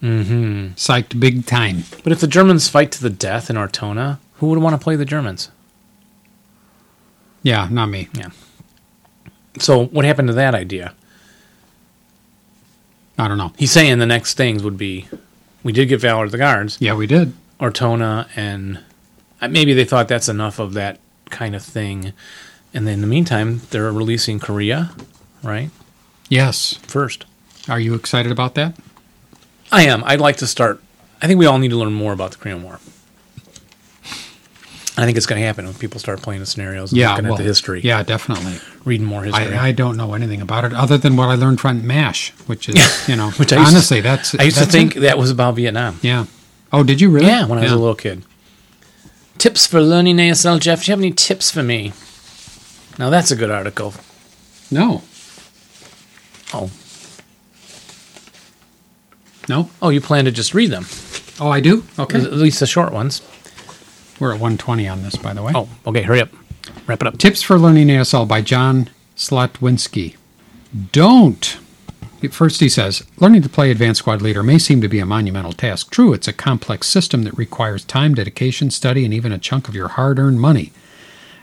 Mm-hmm. Psyched big time.
But if the Germans fight to the death in Ortona, who would want to play the Germans?
Yeah, not me.
So what happened to that idea?
I don't know.
He's saying the next things would be, we did get Valor of the Guards,
Yeah, we did.
Ortona, and uh, maybe they thought that's enough of that kind of thing. And then in the meantime, they're releasing Korea, right?
Yes.
First.
Are you excited about that?
I am. I'd like to start. I think we all need to learn more about the Korean War. I think it's going to happen when people start playing the scenarios and
yeah.
looking
well,
at the history,
Yeah, definitely.
reading more history.
I, I don't know anything about it other than what I learned from MASH, which
[laughs]
is, you know,
Which I used to-
honestly, that's.
I used to
that's
think
it.
that was about Vietnam.
Yeah. Oh, did you really?
Yeah, when I was a little kid. Tips for learning ASL, Jeff. Do you have any tips for me? Now that's a good article.
No.
Oh,
No.
oh, you plan to just read them?
Oh, I do?
At
Okay.
least the short ones.
We're at 120 on this, by the way.
Oh, okay. Hurry up. Wrap it up.
Tips for Learning ASL by John Slotwinski. Don't. First, he says, learning to play Advanced Squad Leader may seem to be a monumental task. True, it's a complex system that requires time, dedication, study, and even a chunk of your hard earned money.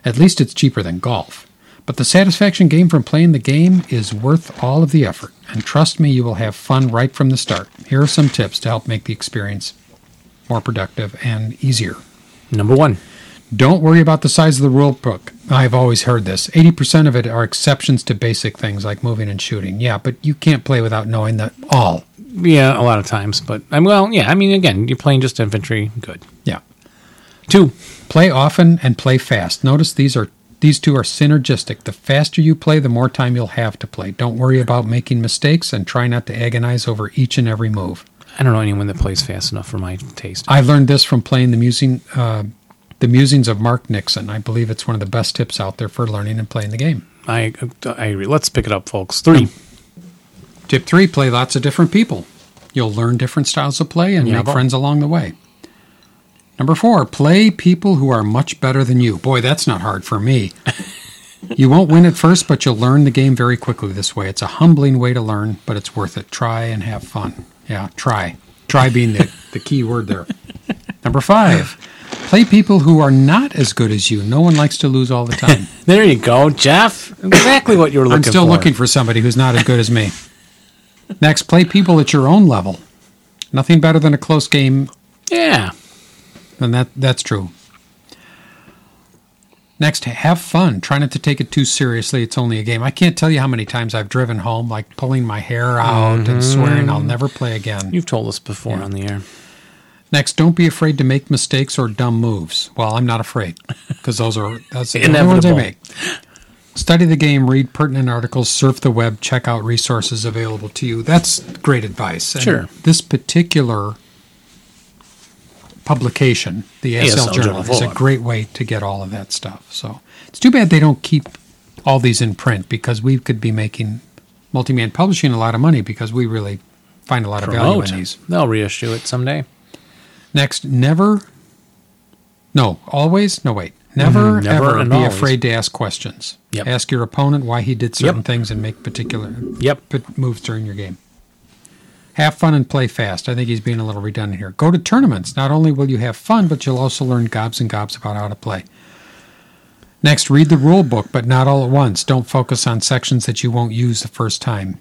At least it's cheaper than golf. But the satisfaction gained from playing the game is worth all of the effort. And trust me, you will have fun right from the start. Here are some tips to help make the experience more productive and easier.
Number one.
Don't worry about the size of the rule book. I've always heard this. 80% of it are exceptions to basic things like moving and shooting. Yeah, but you can't play without knowing the all.
Yeah, a lot of times, but um, well, yeah. I mean, again, you're playing just infantry. Good.
Yeah.
Two.
Play often and play fast. Notice these are these two are synergistic. The faster you play, the more time you'll have to play. Don't worry about making mistakes and try not to agonize over each and every move.
I don't know anyone that plays fast enough for my taste.
I learned this from playing the musing uh, the musings of Mark Nixon. I believe it's one of the best tips out there for learning and playing the game.
I I agree. Let's pick it up, folks. Three.
Tip three play lots of different people. You'll learn different styles of play and
Yeah,
make
but-
friends along the way. Number four, play people who are much better than you. Boy, that's not hard for me. you won't win at first, but you'll learn the game very quickly this way. It's a humbling way to learn, but it's worth it. Try and have fun. Yeah, try. Try being the, the key word there. Number five, play people who are not as good as you. No one likes to lose all the time.
There you go, Jeff. Exactly what you were looking
I'm still
for.
looking for somebody who's not as good as me. Next, play people at your own level. Nothing better than a close game,
Yeah.
and that that's true. Next, have fun. Try not to take it too seriously. It's only a game. I can't tell you how many times I've driven home, like pulling my hair out and swearing
Mm-hmm.
I'll never play again.
You've told us before on the air.
Next, don't be afraid to make mistakes or dumb moves. Well, I'm not afraid because those are that's the only ones I
Inevitable.
make. Study the game, read pertinent articles, surf the web, check out resources available to you. That's great advice. And
Sure.
This particular publication, the ASL, Journal,
ASL Journal,
is a
full-on.
great way to get all of that stuff. So it's too bad they don't keep all these in print because we could be making multi-man publishing a lot of money because we really find a lot of value
Promote.
in these.
They'll reissue it someday.
Next, never. No, always. No, wait. Never,
Mhm, never
ever
and
be
always.
afraid to ask questions.
Yep.
Ask your opponent why he did certain
Yep.
things and make particular
Yep.
put moves during your game. Have fun and play fast. I think he's being a little redundant here. Go to tournaments. Not only will you have fun, but you'll also learn gobs and gobs about how to play. Next, read the rule book, but not all at once. Don't focus on sections that you won't use the first time.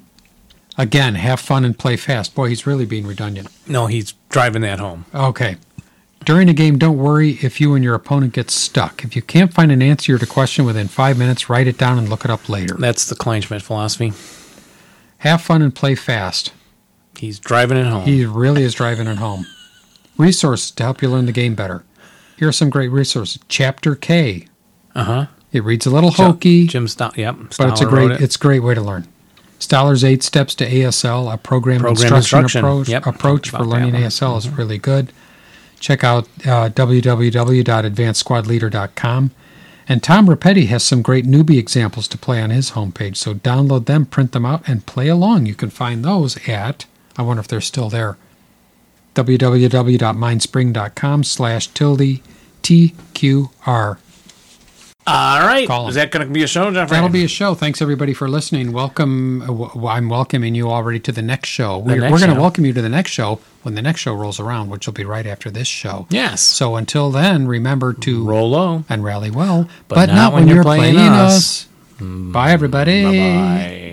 Again, have fun and play fast. Boy, he's really being redundant.
No, he's driving that home.
Okay. During a game, don't worry if you and your opponent get stuck. If you can't find an answer to a question within five minutes, write it down and look it up later.
That's the Kleinschmidt philosophy.
Have fun and play fast.
He's driving it home.
He really is driving it home. Resources to help you learn the game better. Here are some great resources. Chapter K.
uh huh.
It reads a little hokey,
Jim Stout. Yep.
but it's a
Stoller wrote
great
it.
it's a great way to learn. Stoller's Eight Steps to ASL, a program,
Program
instruction,
instruction.
approach,
Yep,
approach
talked
for
about
learning
that one. Mm-hmm.
ASL is really good. Check out uh, www.advancedsquadleader.com. And Tom Rapetti has some great newbie examples to play on his homepage. So download them, print them out, and play along. You can find those at, I wonder if they're still there, www.mindspring.com slash tilde TQR.
All right.
Call him.
Is that going to be a show, Jeff?
That'll be a show. Thanks everybody for listening. Welcome. uh, w- I'm welcoming you already to the next show. We're,
next
we're going to
show.
welcome you to the next show when the next show rolls around, which will be right after this show.
Yes.
So until then, remember to
Roll low.
and rally well,
But not when you're playing us.
Bye, everybody.
Bye bye.